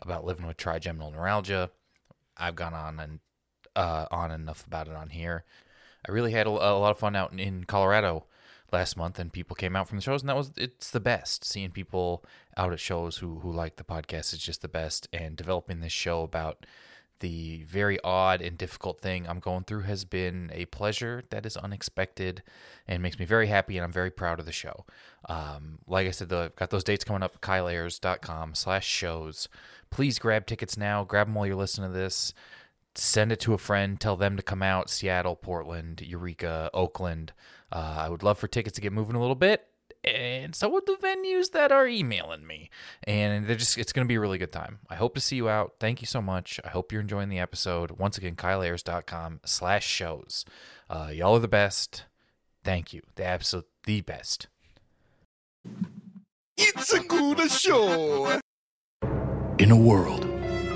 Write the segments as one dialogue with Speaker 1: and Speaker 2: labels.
Speaker 1: about living with trigeminal neuralgia. I've gone on and uh, on enough about it on here. I really had a, a lot of fun out in, in Colorado last month, and people came out from the shows, and that was it's the best. Seeing people out at shows who who like the podcast is just the best, and developing this show about the very odd and difficult thing I'm going through has been a pleasure that is unexpected and makes me very happy, and I'm very proud of the show. Um, like I said, though, I've got those dates coming up, kyleayers.com slash shows. Please grab tickets now. Grab them while you're listening to this. Send it to a friend. Tell them to come out. Seattle, Portland, Eureka, Oakland. Uh, I would love for tickets to get moving a little bit. And so would the venues that are emailing me. And they're just it's gonna be a really good time. I hope to see you out. Thank you so much. I hope you're enjoying the episode. Once again, kyleayers.com slash shows. Uh, y'all are the best. Thank you. The absolute the best.
Speaker 2: It's a good show.
Speaker 1: In a world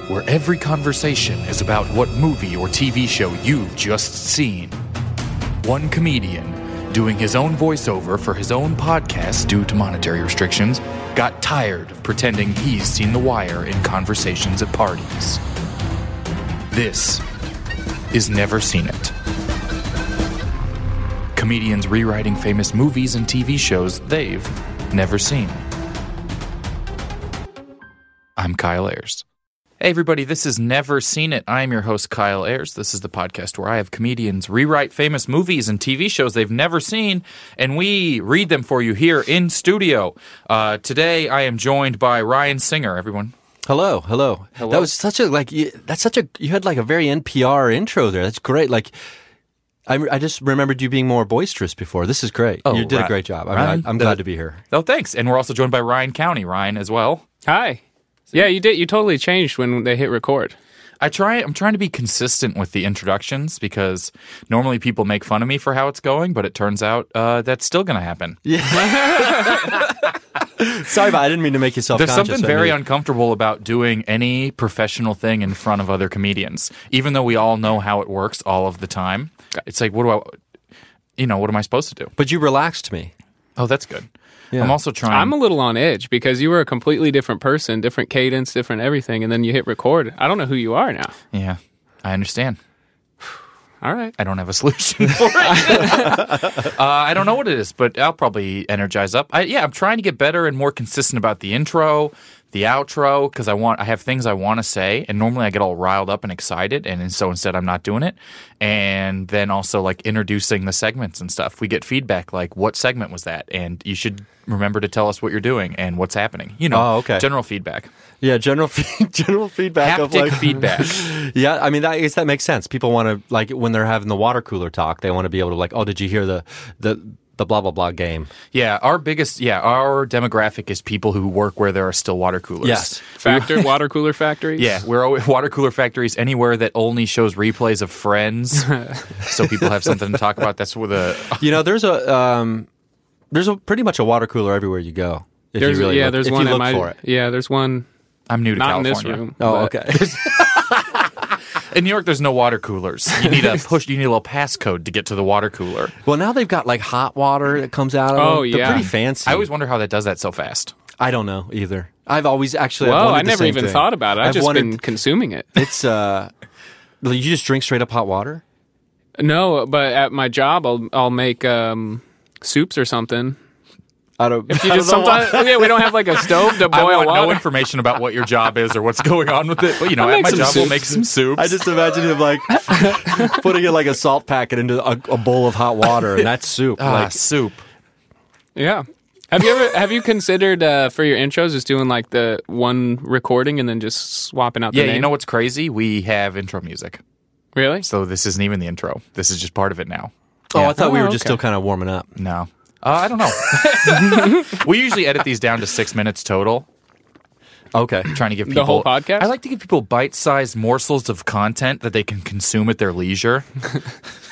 Speaker 1: where every conversation is about what movie or TV show you've just seen, one comedian doing his own voiceover for his own podcast due to monetary restrictions got tired of pretending he's seen The Wire in conversations at parties. This is Never Seen It. Comedians rewriting famous movies and TV shows they've never seen. I'm Kyle Ayers. Hey, everybody, this is Never Seen It. I'm your host, Kyle Ayers. This is the podcast where I have comedians rewrite famous movies and TV shows they've never seen, and we read them for you here in studio. Uh, today, I am joined by Ryan Singer, everyone.
Speaker 3: Hello, hello, hello. That was such a like. You, that's such a. You had like a very NPR intro there. That's great. Like, I, I just remembered you being more boisterous before. This is great.
Speaker 1: Oh,
Speaker 3: you did
Speaker 1: Ri-
Speaker 3: a great job. I
Speaker 1: Ryan?
Speaker 3: mean, I, I'm glad to be here.
Speaker 1: Oh, thanks. And we're also joined by Ryan County, Ryan, as well.
Speaker 4: Hi. Yeah, you did. You totally changed when they hit record.
Speaker 1: I try. I'm trying to be consistent with the introductions because normally people make fun of me for how it's going, but it turns out uh, that's still going to happen.
Speaker 3: Sorry, but I didn't mean to make you self
Speaker 1: There's
Speaker 3: conscious.
Speaker 1: something very uncomfortable about doing any professional thing in front of other comedians, even though we all know how it works all of the time. It's like, what do I, you know, what am I supposed to do?
Speaker 3: But you relaxed me.
Speaker 1: Oh, that's good. I'm also trying.
Speaker 3: Um,
Speaker 4: I'm a little on edge because you were a completely different person, different cadence, different everything, and then you hit record. I don't know who you are now.
Speaker 1: yeah, I understand.
Speaker 4: All right.
Speaker 1: I don't have a solution for it. uh, I don't know what it is, but I'll probably energize up. I, yeah, I'm trying to get better and more consistent about the intro, the outro, because I want I have things I want to say, and normally I get all riled up and excited, and then- so instead I'm not doing it. And then also like introducing the segments and stuff. We get feedback like, "What segment was that?" and you should remember to tell us what you're doing and what's happening. You know,
Speaker 3: Oh, okay.
Speaker 1: general feedback,
Speaker 3: Yeah, general fe- general feedback of
Speaker 1: haptic
Speaker 3: like
Speaker 1: feedback.
Speaker 3: Yeah, I mean, that, I guess that makes sense. People want to like when they're having the water cooler talk, they want to be able to like, oh, did you hear the the the blah blah blah game?
Speaker 1: Yeah, our biggest yeah, our demographic is people who work where there are still water coolers.
Speaker 3: Yes.
Speaker 4: Factor, water cooler factories.
Speaker 1: Yeah, we're always, water cooler factories anywhere that only shows replays of Friends, so people have something to talk about. That's where the
Speaker 3: You know, there's a um, there's a pretty much a water cooler everywhere you go. If
Speaker 4: There's,
Speaker 3: you really
Speaker 4: yeah,
Speaker 3: look,
Speaker 4: there's
Speaker 3: if
Speaker 4: one
Speaker 3: you
Speaker 4: in
Speaker 3: look
Speaker 4: my-
Speaker 3: for it.
Speaker 4: Yeah, there's one
Speaker 1: I'm new to
Speaker 4: not
Speaker 1: California.
Speaker 4: in this room.
Speaker 3: Oh,
Speaker 4: but-
Speaker 3: okay.
Speaker 1: In New York, there's no water coolers. You need a push. You need a little passcode to get to the water cooler.
Speaker 3: well, now they've got like hot water that comes out of
Speaker 4: Oh,
Speaker 3: them. They're
Speaker 4: yeah.
Speaker 3: pretty fancy.
Speaker 1: I always wonder how that does that so fast.
Speaker 3: I don't know either. I've always actually. I've
Speaker 4: Whoa,
Speaker 3: wondered
Speaker 4: I
Speaker 3: the
Speaker 4: never
Speaker 3: same
Speaker 4: even
Speaker 3: thing.
Speaker 4: thought about it. I've,
Speaker 3: I've
Speaker 4: just
Speaker 3: wondered-
Speaker 4: been consuming it.
Speaker 3: It's uh, you just drink straight up hot water.
Speaker 4: No, but at my job, I'll, I'll make um, soups or something.
Speaker 3: I don't.
Speaker 4: You just sometimes, yeah, we don't have like a stove to
Speaker 1: I want
Speaker 4: boil
Speaker 1: no
Speaker 4: water.
Speaker 1: information about what your job is or what's going on with it. But you know,
Speaker 4: I'll
Speaker 1: at
Speaker 4: make
Speaker 1: my
Speaker 4: some
Speaker 1: job, we'll
Speaker 4: soups.
Speaker 1: make some soups.
Speaker 3: I just imagine him like putting in like a salt packet into a, a bowl of hot water, and that's soup.
Speaker 1: ah,
Speaker 3: like,
Speaker 1: soup.
Speaker 4: Yeah. Have you ever have you considered uh, for your intros just doing like the one recording and then just swapping out the
Speaker 1: Yeah,
Speaker 4: name?
Speaker 1: you know what's crazy? We have intro music,
Speaker 4: really?
Speaker 1: so this isn't even the intro. This is just part of it now.
Speaker 3: oh, I thought we
Speaker 4: Oh,
Speaker 3: were just
Speaker 4: okay.
Speaker 3: still kind of warming up.
Speaker 1: No. Uh, I don't know. we usually edit these down to six minutes total.
Speaker 3: Okay.
Speaker 1: trying to give people
Speaker 4: The whole podcast?
Speaker 1: I like to give people bite-sized morsels of content that they can consume at their leisure.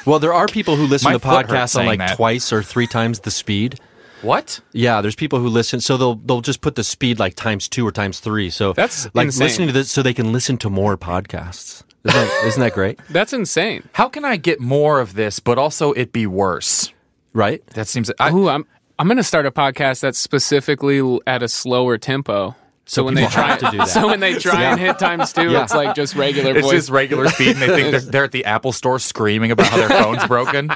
Speaker 3: Well, there are people who listen
Speaker 1: My
Speaker 3: to
Speaker 1: foot hurts
Speaker 3: podcasts on
Speaker 1: saying
Speaker 3: like
Speaker 1: that.
Speaker 3: twice or three times the speed.
Speaker 1: What?
Speaker 3: Yeah, there's people who listen, so they'll they'll just put the speed like times two or times three. So
Speaker 4: That's
Speaker 3: like
Speaker 4: insane.
Speaker 3: listening to this, so they can listen to more podcasts. Isn't that, isn't that great?
Speaker 4: That's insane.
Speaker 1: How can I get more of this, but also it be worse?
Speaker 3: Right?
Speaker 1: That seems. I,
Speaker 4: Ooh, I'm I'm gonna start a podcast that's specifically l- at a slower tempo. So, when they
Speaker 3: people
Speaker 4: try
Speaker 3: have to do that.
Speaker 4: so when they try and hit times two,
Speaker 3: Yeah.
Speaker 4: it's like just regular
Speaker 1: it's
Speaker 4: voice.
Speaker 1: just regular speed, and they think they're, they're at the Apple Store screaming about how their phone's broken.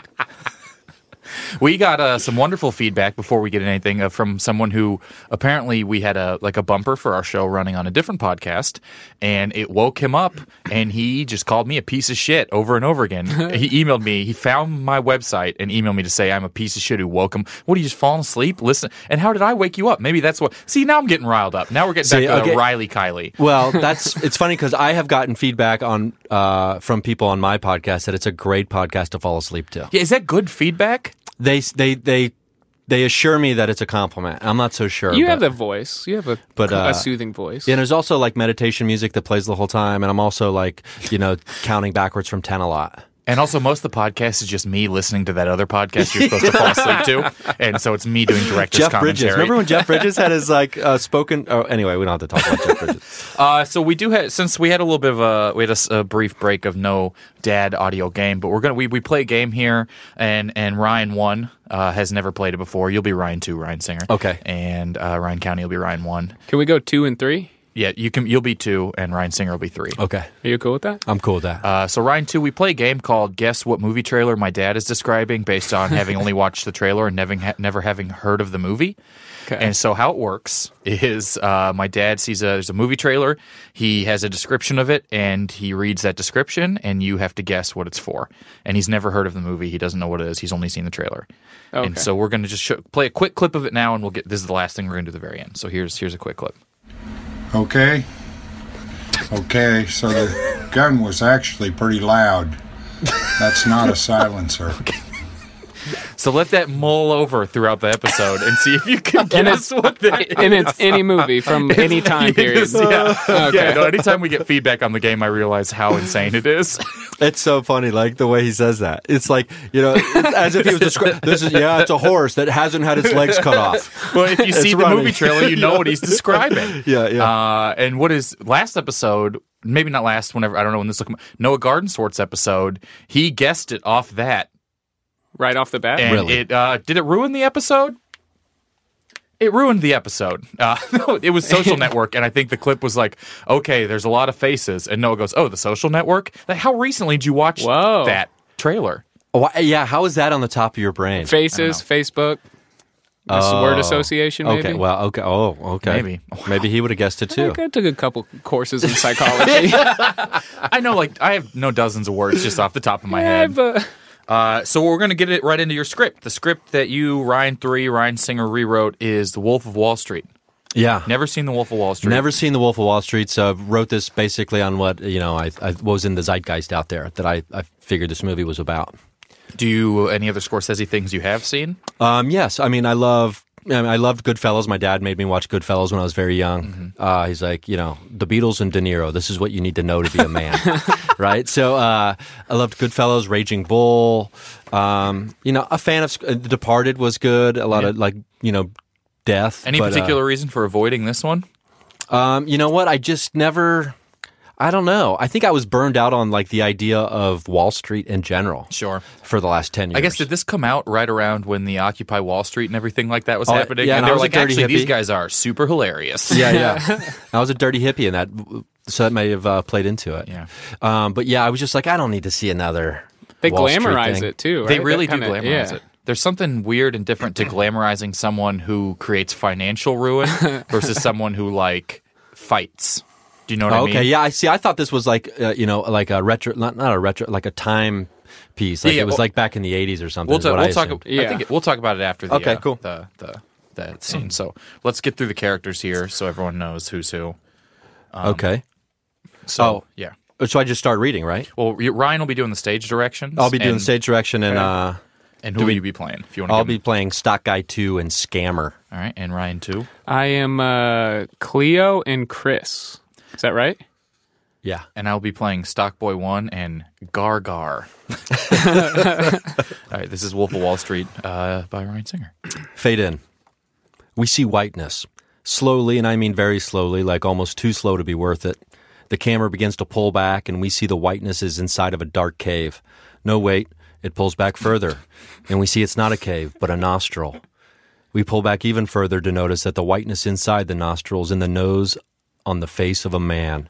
Speaker 1: We got uh, some wonderful feedback before we get anything uh, from someone who apparently we had a like a bumper for our show running on a different podcast, and it woke him up, and he just called me a piece of shit over and over again. he emailed me. He found my website and emailed me to say I'm a piece of shit who woke him. What are you just falling asleep? Listen, and how did I wake you up? Maybe that's what. See, now I'm getting riled up. Now we're getting
Speaker 3: See,
Speaker 1: back to
Speaker 3: okay.
Speaker 1: the Riley Kylie.
Speaker 3: Well, that's it's funny because I have gotten feedback on uh, from people on my podcast that it's a great podcast to fall asleep to.
Speaker 1: Yeah, is that good feedback?
Speaker 3: They they they they assure me that it's a compliment. I'm not so sure.
Speaker 4: you
Speaker 3: but-
Speaker 4: have the voice. You have a
Speaker 3: But, uh,
Speaker 4: a soothing voice.
Speaker 3: Yeah, and there's also like meditation music that plays the whole time, and I'm also like you know counting backwards from ten a lot.
Speaker 1: And also, most of the podcast is just me listening to that other podcast you're supposed to fall asleep to, and so it's me doing director's
Speaker 3: Jeff Bridges.
Speaker 1: commentary.
Speaker 3: Remember when Jeff Bridges had his like uh, spoken? Oh, anyway, we don't have to talk about Jeff Bridges.
Speaker 1: uh, so we do have since we had a little bit of a we had a s- a, brief break of no dad audio game, but we're gonna we, we play a game here, and and Ryan one uh, has never played it before. You'll be Ryan two, Ryan Singer.
Speaker 3: Okay.
Speaker 1: and uh, Ryan County will be Ryan one.
Speaker 4: Can we go two and three?
Speaker 1: Yeah, you can you'll be two, and Ryan Singer will be three.
Speaker 3: Okay,
Speaker 4: Are you cool with that?
Speaker 3: I'm cool with that.
Speaker 1: Uh, so Ryan, too, we play a game called Guess What Movie Trailer My Dad Is Describing, based on having only watched the trailer and never ha- never having heard of the movie.
Speaker 4: Okay.
Speaker 1: And so how it works is uh, my dad sees a there's a movie trailer, he has a description of it, and he reads that description, and you have to guess what it's for. And he's never heard of the movie, he doesn't know what it is, he's only seen the trailer. And
Speaker 4: Okay.
Speaker 1: so we're gonna just show, play a quick clip of it now, and we'll get this is the last thing we're gonna do at the very end. So here's here's a quick clip.
Speaker 5: Okay. Okay, so the gun was actually pretty loud. That's not a silencer.
Speaker 1: So let that mull over throughout the episode and see if you can guess what that is.
Speaker 4: And it's any movie from any time
Speaker 1: It
Speaker 4: period.
Speaker 1: is, yeah.
Speaker 4: Okay.
Speaker 1: Yeah, no, anytime we get feedback on the game, I realize how insane it is.
Speaker 3: It's so funny, like the way he says that. It's like you know, it's as if he was describing. This is yeah, it's a horse that hasn't had its legs cut off.
Speaker 1: Well, if you see the
Speaker 3: running.
Speaker 1: movie trailer, you know what he's describing.
Speaker 3: Yeah, yeah.
Speaker 1: Uh, and what is last episode? Maybe not last. Whenever I don't know when this will come. Noah Garden Swartz episode. He guessed it off that,
Speaker 4: Right off the bat.
Speaker 1: and
Speaker 3: Really?
Speaker 1: it uh, did it ruin the episode. It ruined the episode. Uh, no, it was Social Network, and I think the clip was like, "Okay, there's a lot of faces," and Noah goes, "Oh, the Social Network." Like, how recently did you watch
Speaker 4: Whoa.
Speaker 1: that trailer?
Speaker 3: Why, yeah, how is that on the top of your brain?
Speaker 4: Faces, Facebook. This word association, maybe.
Speaker 3: Oh, Okay, well, okay, oh, okay,
Speaker 1: Maybe.
Speaker 3: maybe he would have guessed it
Speaker 4: I
Speaker 3: too.
Speaker 4: think I took a couple courses in psychology.
Speaker 1: I know, like, I have no dozens of words just off the top of my head.
Speaker 4: I've, uh,
Speaker 1: Uh, so we're going to get it right into your script. The script that you, Ryan 3, Ryan Singer, rewrote is The Wolf of Wall Street.
Speaker 3: Yeah,
Speaker 1: Never seen The Wolf of Wall Street.
Speaker 3: Never seen The Wolf of Wall Street, so I wrote this basically on what you know I, I what was in the zeitgeist out there that I, I figured this movie was about.
Speaker 1: Do you, any other Scorsese things you have seen?
Speaker 3: Um, yes, I mean I love I, mean, I loved Goodfellas. My dad made me watch Goodfellas when I was very young.
Speaker 1: Mm-hmm.
Speaker 3: Uh, he's like, you know, the Beatles and De Niro. This is what you need to know to be a man, right? So uh, I loved Goodfellas, Raging Bull. Um, you know, a fan of Sc- uh, The Departed was good. A lot of like you know. Death.
Speaker 1: Any
Speaker 3: but, uh,
Speaker 1: particular reason for avoiding this one?
Speaker 3: Um, you know what? I just never. I don't know. I think I was burned out on like the idea of Wall Street in general.
Speaker 1: Sure.
Speaker 3: For the last ten years,
Speaker 1: I guess, did this come out right around when the Occupy Wall Street and everything like that was
Speaker 3: Oh,
Speaker 1: happening?
Speaker 3: yeah,
Speaker 1: and
Speaker 3: and I
Speaker 1: they were
Speaker 3: was a
Speaker 1: like,
Speaker 3: dirty
Speaker 1: actually, these
Speaker 3: hippie.
Speaker 1: guys are super hilarious.
Speaker 3: yeah, yeah. I was a dirty hippie in that, so that may have uh, played into it.
Speaker 1: Yeah.
Speaker 3: Um, but yeah, I was just like, I don't need to see another.
Speaker 4: they
Speaker 3: Wall Street
Speaker 4: glamorize
Speaker 3: thing.
Speaker 4: it too. Right?
Speaker 1: They really
Speaker 4: That
Speaker 1: do
Speaker 4: kinda-
Speaker 1: glamorize
Speaker 4: yeah.
Speaker 1: it. There's something weird and different to glamorizing someone who creates financial ruin versus someone who like fights. Do you know what
Speaker 3: Oh,
Speaker 1: I mean?
Speaker 3: okay, yeah, I see. I thought this was like, uh, you know, like a retro, not not a retro, like a time piece. Like
Speaker 1: Yeah, yeah,
Speaker 3: it was
Speaker 1: well-
Speaker 3: like back in the '80s or something.
Speaker 1: We'll,
Speaker 3: is
Speaker 1: ta-
Speaker 3: what
Speaker 1: we'll
Speaker 3: I
Speaker 1: talk.
Speaker 3: assumed.
Speaker 1: I
Speaker 4: Yeah.
Speaker 1: think it- we'll talk about it after the
Speaker 3: Okay,
Speaker 1: uh,
Speaker 3: cool.
Speaker 1: the, the that scene. So let's get through the characters here, so everyone knows who's who. um,
Speaker 3: okay.
Speaker 1: So
Speaker 3: Oh.
Speaker 1: yeah.
Speaker 3: So I just start reading, right?
Speaker 1: Well, y- Ryan will be doing the stage directions.
Speaker 3: I'll be doing
Speaker 1: and-
Speaker 3: stage direction and uh,
Speaker 1: And who will you be playing? If you want to,
Speaker 3: I'll be playing Stock Guy 2 and Scammer.
Speaker 1: All right, and Ryan too.
Speaker 4: I am uh, Cleo and Chris. Is that right?
Speaker 3: Yeah.
Speaker 1: and I'll be playing Stockboy One and Gargar. All right, this is Wolf of Wall Street uh, by Ryan Singer.
Speaker 3: Fade in. We see whiteness. Slowly, and I mean very slowly, like almost too slow to be worth it. The camera begins to pull back, and we see the whiteness is inside of a dark cave. No, wait, it pulls back further, and we see it's not a cave, but a nostril. We pull back even further to notice that the whiteness inside the nostrils and the nose on the face of a man.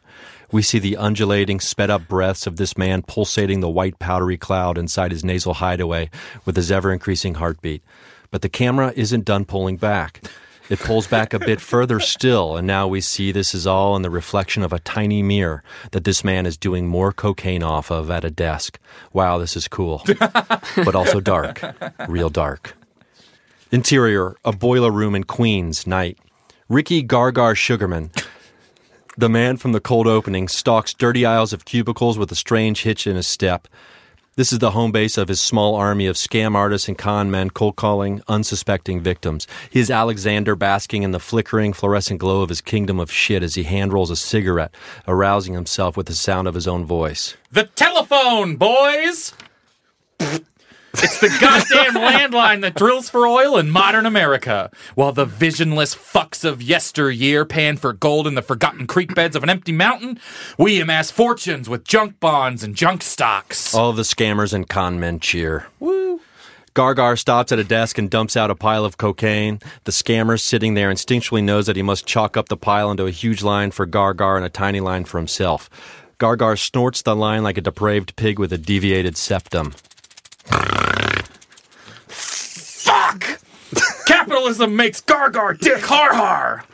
Speaker 3: We see the undulating, sped up breaths of this man pulsating the white, powdery cloud inside his nasal hideaway with his ever increasing heartbeat. But the camera isn't done pulling back. It pulls back a bit further still, and now we see this is all in the reflection of a tiny mirror that this man is doing more cocaine off of at a desk. Wow, this is cool. but also dark, real dark. Interior, a boiler room in Queens, night. Ricky Gargar Sugarman, the man from the cold opening, stalks dirty aisles of cubicles with a strange hitch in his step. This is the home base of his small army of scam artists and con men cold calling unsuspecting victims. He is Alexander basking in the flickering fluorescent glow of his kingdom of shit as he hand rolls a cigarette, arousing himself with the sound of his own voice.
Speaker 1: The telephone, boys. It's the goddamn landline that drills for oil in modern America, while the visionless fucks of yesteryear pan for gold in the forgotten creek beds of an empty mountain. We amass fortunes with junk bonds and junk stocks.
Speaker 3: All of the scammers and con men cheer. Woo! Gargar stops at a desk and dumps out a pile of cocaine. The scammer sitting there instinctually knows that he must chalk up the pile into a huge line for Gargar and a tiny line for himself. Gargar snorts the line like a depraved pig with a deviated septum.
Speaker 1: Fuck! Capitalism makes Gargar dick har har.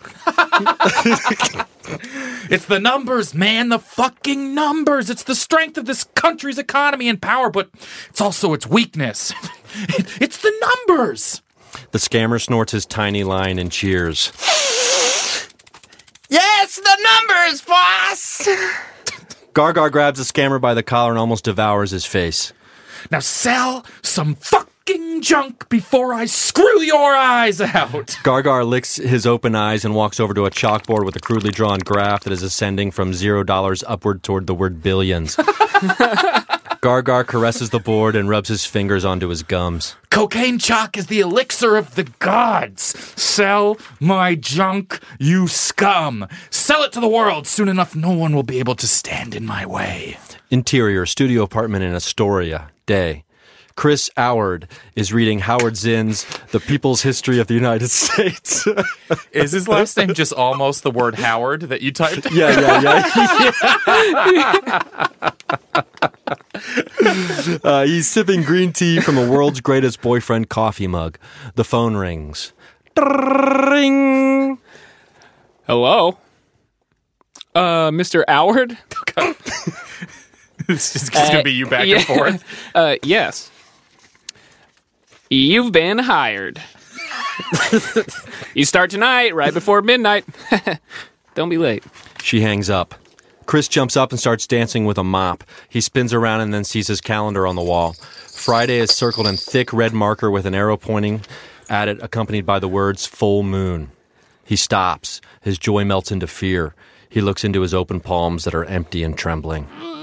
Speaker 1: it's the numbers, man, the fucking numbers. It's the strength of this country's economy and power, but it's also its weakness. It- it's the numbers.
Speaker 3: The scammer snorts his tiny line and cheers.
Speaker 6: Yes, the numbers, boss!
Speaker 3: Gargar grabs the scammer by the collar and almost devours his face.
Speaker 1: Now sell some fucking junk before I screw your eyes out.
Speaker 3: Gargar licks his open eyes and walks over to a chalkboard with a crudely drawn graph that is ascending from zero dollars upward toward the word billions. Gargar caresses the board and rubs his fingers onto his gums.
Speaker 1: Cocaine chalk is the elixir of the gods. Sell my junk, you scum. Sell it to the world. Soon enough, no one will be able to stand in my way.
Speaker 3: Interior studio apartment in Astoria. Day. Chris Howard is reading Howard Zinn's The People's History of the United States.
Speaker 1: Is his last name just almost the word Howard that you typed?
Speaker 3: yeah, yeah, yeah. uh, he's sipping green tea from a world's greatest boyfriend coffee mug. The phone rings. Ring.
Speaker 4: Hello, uh, Mr. Howard.
Speaker 1: It's just going to be you back
Speaker 4: yeah.
Speaker 1: and forth.
Speaker 4: Uh, yes, you've been hired. you start tonight, right before midnight. Don't be late.
Speaker 3: She hangs up. Chris jumps up and starts dancing with a mop. He spins around and then sees his calendar on the wall. Friday is circled in thick red marker with an arrow pointing at it, accompanied by the words full moon. He stops. His joy melts into fear. He looks into his open palms that are empty and trembling.
Speaker 4: No!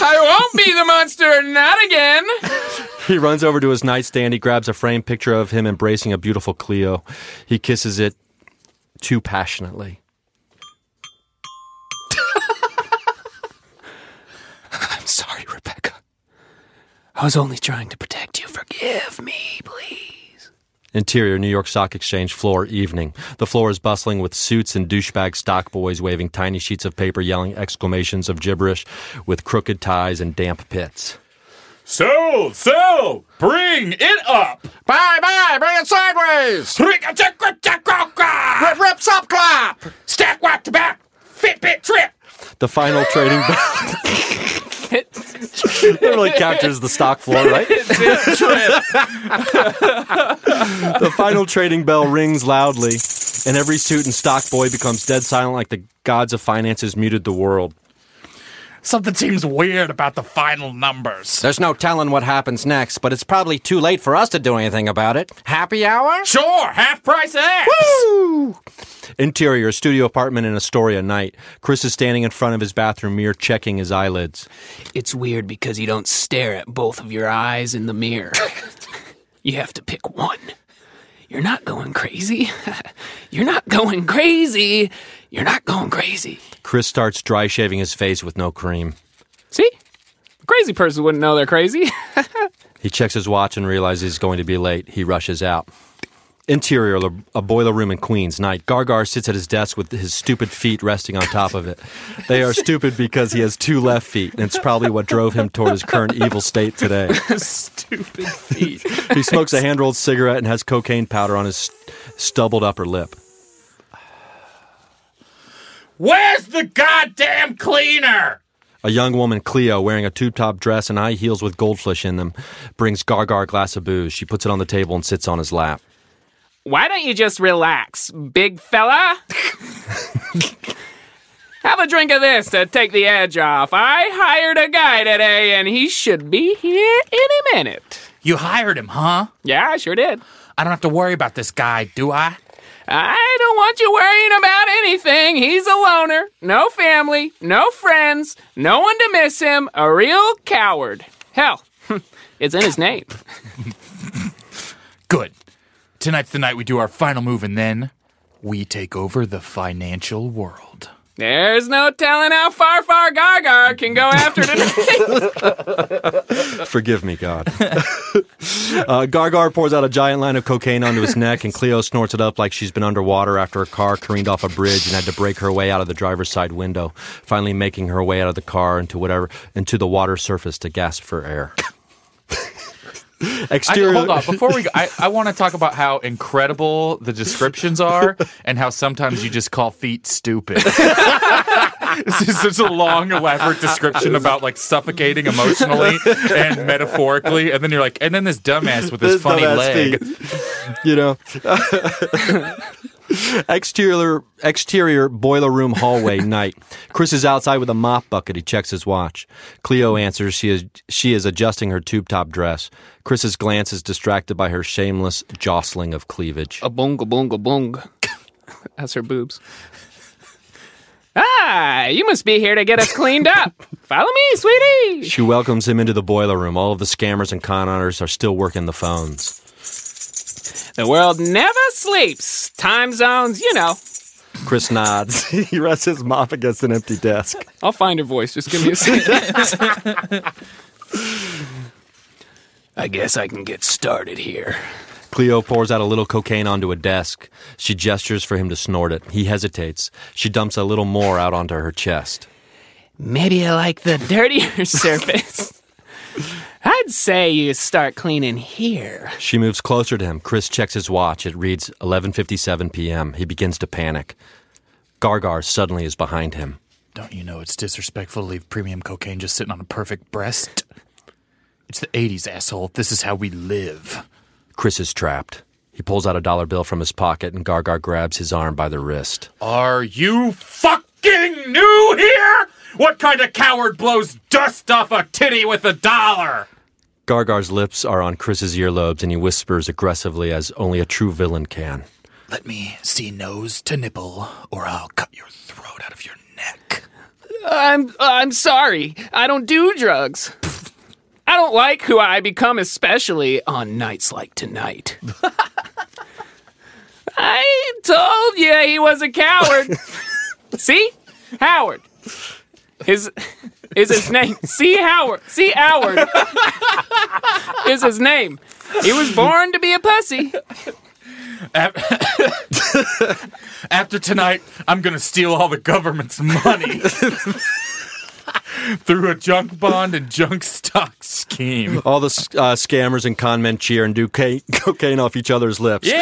Speaker 4: I won't be the monster, not again.
Speaker 3: He runs over to his nightstand. He grabs a framed picture of him embracing a beautiful Cleo. He kisses it too passionately.
Speaker 4: I'm sorry, Rebecca. I was only trying to protect you. Forgive me, please.
Speaker 3: Interior New York Stock Exchange floor evening. The floor is bustling with suits and douchebag stock boys waving tiny sheets of paper, yelling exclamations of gibberish with crooked ties and damp pits.
Speaker 1: So, so, bring it up.
Speaker 6: Bye bye, bring it sideways!
Speaker 1: Rip,
Speaker 6: Rip, stop, clap!
Speaker 1: Stack, whack to back. Fitbit trip.
Speaker 3: The final trading bell really captures the stock floor, right? the final trading bell rings loudly, and every suit and stock boy becomes dead silent like the gods of finances muted the world.
Speaker 1: Something seems weird about the final numbers.
Speaker 3: There's no telling what happens next, but it's probably too late for us to do anything about it. Happy hour?
Speaker 1: Sure, half price ass.
Speaker 3: Interior studio apartment in Astoria night. Chris is standing in front of his bathroom mirror checking his eyelids.
Speaker 7: It's weird because you don't stare at both of your eyes in the mirror. you have to pick one. You're not going crazy. You're not going crazy. You're not going crazy.
Speaker 3: Chris starts dry shaving his face with no cream.
Speaker 4: See? A crazy person wouldn't know they're crazy.
Speaker 3: He checks his watch and realizes he's going to be late. He rushes out. Interior, lo- a boiler room in Queens. Night. Gargar sits at his desk with his stupid feet resting on top of it. They are stupid because he has two left feet, and it's probably what drove him toward his current evil state today.
Speaker 4: Stupid feet.
Speaker 3: He smokes a hand rolled cigarette and has cocaine powder on his st- stubbled upper lip.
Speaker 1: Where's the goddamn cleaner?
Speaker 3: A young woman, Cleo, wearing a tube top dress and high heels with goldfish in them, brings Gargar a glass of booze. She puts it on the table and sits on his lap.
Speaker 4: Why don't you just relax, big fella? Have a drink of this to take the edge off. I hired a guy today and he should be here any minute.
Speaker 1: You hired him, huh?
Speaker 4: Yeah, I sure did.
Speaker 1: I don't have to worry about this guy, do I?
Speaker 4: I don't want you worrying about anything. He's a loner, no family, no friends, no one to miss him, a real coward. Hell, it's in his name.
Speaker 1: Good. Tonight's the night we do our final move, and then we take over the financial world.
Speaker 4: There's no telling how far, far Gargar can go after tonight.
Speaker 3: Forgive me, God. uh, Gargar pours out a giant line of cocaine onto his neck, and Cleo snorts it up like she's been underwater after a car careened off a bridge and had to break her way out of the driver's side window, finally making her way out of the car into whatever into the water surface to gasp for air.
Speaker 1: I,
Speaker 3: Exterior.
Speaker 1: hold on, before we go, I, I want to talk about how incredible the descriptions are and how sometimes you just call feet stupid. this is such a long, elaborate description about like suffocating emotionally and metaphorically, and then you're like, and then this dumbass with his
Speaker 3: This
Speaker 1: funny
Speaker 3: dumbass
Speaker 1: leg.
Speaker 3: feet, you know. exterior exterior boiler room hallway night. Chris is outside with a mop bucket. He checks his watch. Cleo answers. She is she is adjusting her tube top dress. Chris's glance is distracted by her shameless jostling of cleavage.
Speaker 4: a boonga boonga boong. That's her boobs. Ah, you must be here to get us cleaned up. Follow me, sweetie.
Speaker 3: She welcomes him into the boiler room. All of the scammers and con artists are still working the phones.
Speaker 4: The world never sleeps. Time zones, you know.
Speaker 3: Chris nods. he rests his mop against an empty desk.
Speaker 4: I'll find her voice. Just give me a second.
Speaker 7: I guess I can get started here.
Speaker 3: Cleo pours out a little cocaine onto a desk. She gestures for him to snort it. He hesitates. She dumps a little more out onto her chest.
Speaker 7: Maybe I like the
Speaker 4: Dirtier surface. I'd say you start cleaning here.
Speaker 3: She moves closer to him. Chris checks his watch. It reads 11:57 p.m. He begins to panic. Gargar suddenly is behind him.
Speaker 1: Don't you know it's disrespectful to leave premium cocaine just sitting on a perfect breast? It's the 80s, asshole. This is how we live.
Speaker 3: Chris is trapped. He pulls out a dollar bill from his pocket and Gargar grabs his arm by the wrist.
Speaker 1: Are you fucking new here? What kind of coward blows dust off a titty with a dollar?
Speaker 3: Gargar's lips are on Chris's earlobes and he whispers aggressively as only a true villain can.
Speaker 1: Let me see nose to nipple, or I'll cut your throat out of your neck.
Speaker 4: I'm I'm sorry. I don't do drugs. I don't like who I become, especially on nights like tonight. I told you he was a coward. See, Howard. His is his name. See Howard. See Howard is his name. He was born to be a pussy.
Speaker 1: After tonight, I'm gonna steal all the government's money through a junk bond and junk stock scheme.
Speaker 3: All the uh, scammers and con men cheer and do ca- cocaine off each other's lips.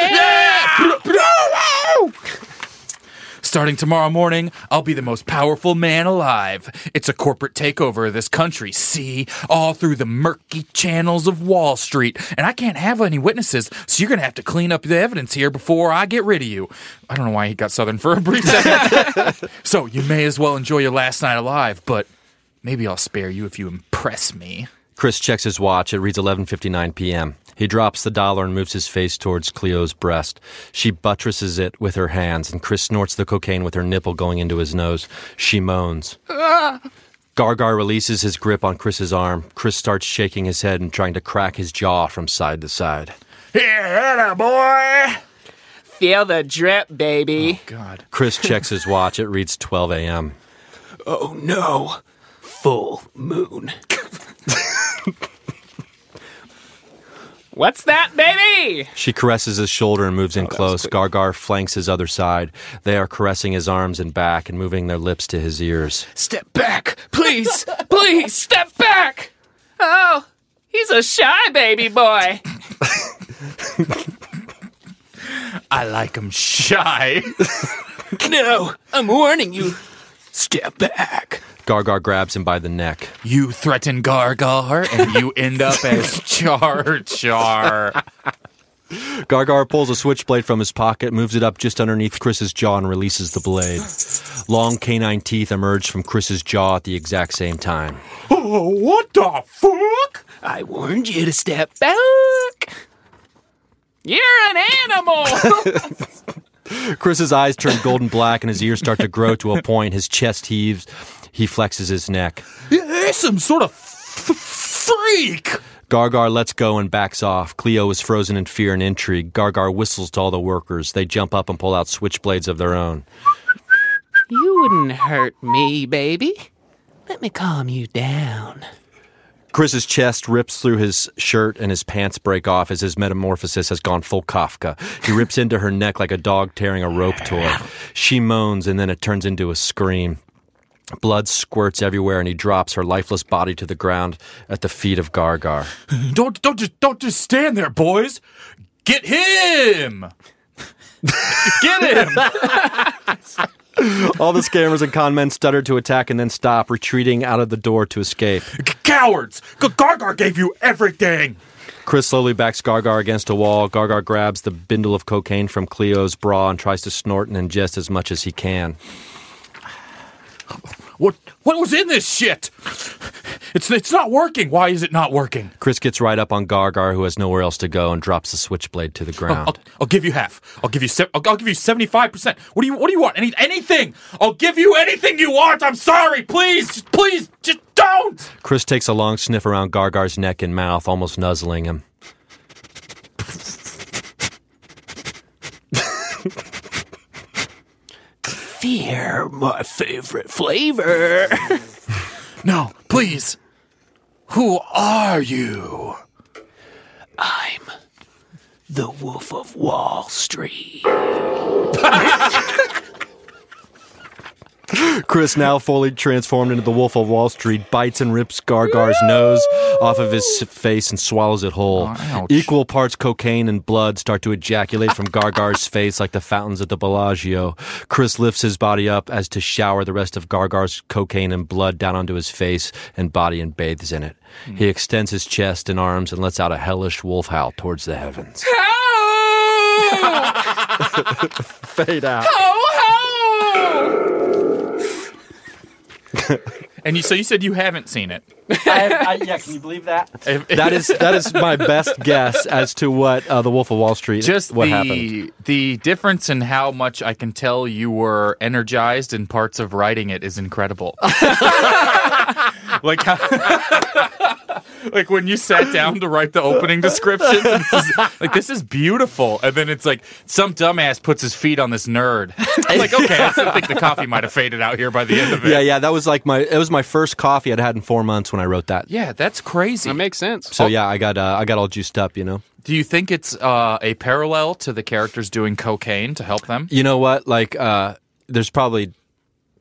Speaker 1: Starting tomorrow morning, I'll be the most powerful man alive. It's a corporate takeover of this country, see? All through the murky channels of Wall Street. And I can't have any witnesses, so you're going to have to clean up the evidence here before I get rid of you. I don't know why he got Southern for a brief second. so you may as well enjoy your last night alive, but Maybe I'll spare you if you impress me.
Speaker 3: Chris checks his watch. It reads 11:59 p.m. He drops the dollar and moves his face towards Cleo's breast. She buttresses it with her hands, and Chris snorts the cocaine with her nipple going into his nose. She moans. Gargar releases his grip on Chris's arm. Chris starts shaking his head and trying to crack his jaw from side to side.
Speaker 1: Yeah, boy.
Speaker 4: Feel the drip, baby.
Speaker 1: God.
Speaker 3: Chris checks his watch. It reads 12 a.m.
Speaker 7: Oh no, full moon.
Speaker 4: What's that, baby?
Speaker 3: She caresses his shoulder and moves in close. Gargar flanks his other side. They are caressing his arms and back and moving their lips to his ears.
Speaker 7: Step back,
Speaker 4: Please, please step back. Oh, he's a shy baby boy.
Speaker 1: I like him shy.
Speaker 7: No, I'm warning you. Step back.
Speaker 3: Gargar grabs him by the neck.
Speaker 1: you threaten Gargar and you end up as Char Char.
Speaker 3: Gargar pulls a switchblade from his pocket, moves it up just underneath Chris's jaw, and releases the blade. Long canine teeth emerge from Chris's jaw at the exact same time.
Speaker 1: what the fuck?
Speaker 7: I warned you to step back.
Speaker 4: You're an animal.
Speaker 3: Chris's eyes turn golden black, and his ears start to grow to a point. His chest heaves. He flexes his neck.
Speaker 1: You're some sort of freak.
Speaker 3: Gargar lets go and backs off. Cleo is frozen in fear and intrigue. Gargar whistles to all the workers. They jump up and pull out switchblades of their own.
Speaker 7: You wouldn't hurt me, baby. Let me calm you down.
Speaker 3: Chris's chest rips through his shirt and his pants break off as his metamorphosis has gone full Kafka. He rips into her neck like a dog tearing a rope toy. She moans and then it turns into a scream. Blood squirts everywhere and he drops her lifeless body to the ground at the feet of Gargar.
Speaker 1: Don't don't just don't just stand there, boys. Get him. Get him.
Speaker 3: All the scammers and con men stutter to attack and then stop, retreating out of the door to escape.
Speaker 1: Cowards. Gargar gave you everything.
Speaker 3: Chris slowly backs Gargar against a wall. Gargar grabs the bindle of cocaine from Cleo's bra and tries to snort and ingest as much as he can.
Speaker 1: What what was in this shit? It's it's not working. Why is it not working?
Speaker 3: Chris gets right up on Gargar, who has nowhere else to go, and drops the switchblade to the ground.
Speaker 1: I'll, I'll give you half. I'll give you se- I'll, I'll give you seventy five percent. What do you What do you want? Any anything? I'll give you anything you want. I'm sorry. Please, just- please, just don't.
Speaker 3: Chris takes a long sniff around Gargar's neck and mouth, almost nuzzling him.
Speaker 7: Fear, my favorite flavor.
Speaker 1: No, please. Who are you?
Speaker 7: the Wolf of Wall Street.
Speaker 3: Chris, now fully transformed into the Wolf of Wall Street, bites and rips Gargar's nose off of his face and swallows it whole. Equal parts cocaine and blood start to ejaculate from Gargar's face like the fountains at the Bellagio. Chris lifts his body up as to shower the rest of Gargar's cocaine and blood down onto his face and body and bathes in it. He extends his chest and arms and lets out a hellish wolf howl towards the heavens.
Speaker 4: Oh,
Speaker 3: Fade out.
Speaker 4: oh,
Speaker 1: And you, so you said you haven't seen it.
Speaker 3: Uh, yeah, can you believe that? That is that is my best guess as to what uh, the Wolf of Wall Street
Speaker 1: Just
Speaker 3: what
Speaker 1: the
Speaker 3: happened.
Speaker 1: the difference in how much I can tell you were energized in parts of writing it is incredible. like how, like when you sat down to write the opening description, it's just- like this is beautiful, and then it's like some dumbass puts his feet on this nerd. like okay, I still think the coffee might have faded out here by the end of it.
Speaker 3: Yeah, yeah, that was like my it was my first coffee I'd had in four months when I wrote that.
Speaker 1: Yeah, that's crazy.
Speaker 4: That makes sense.
Speaker 1: Oh.
Speaker 3: So yeah, I got uh, I got all juiced up, you know.
Speaker 1: Do you think it's uh, a parallel to the characters doing cocaine to help them?
Speaker 3: You know what? Like, uh, there's probably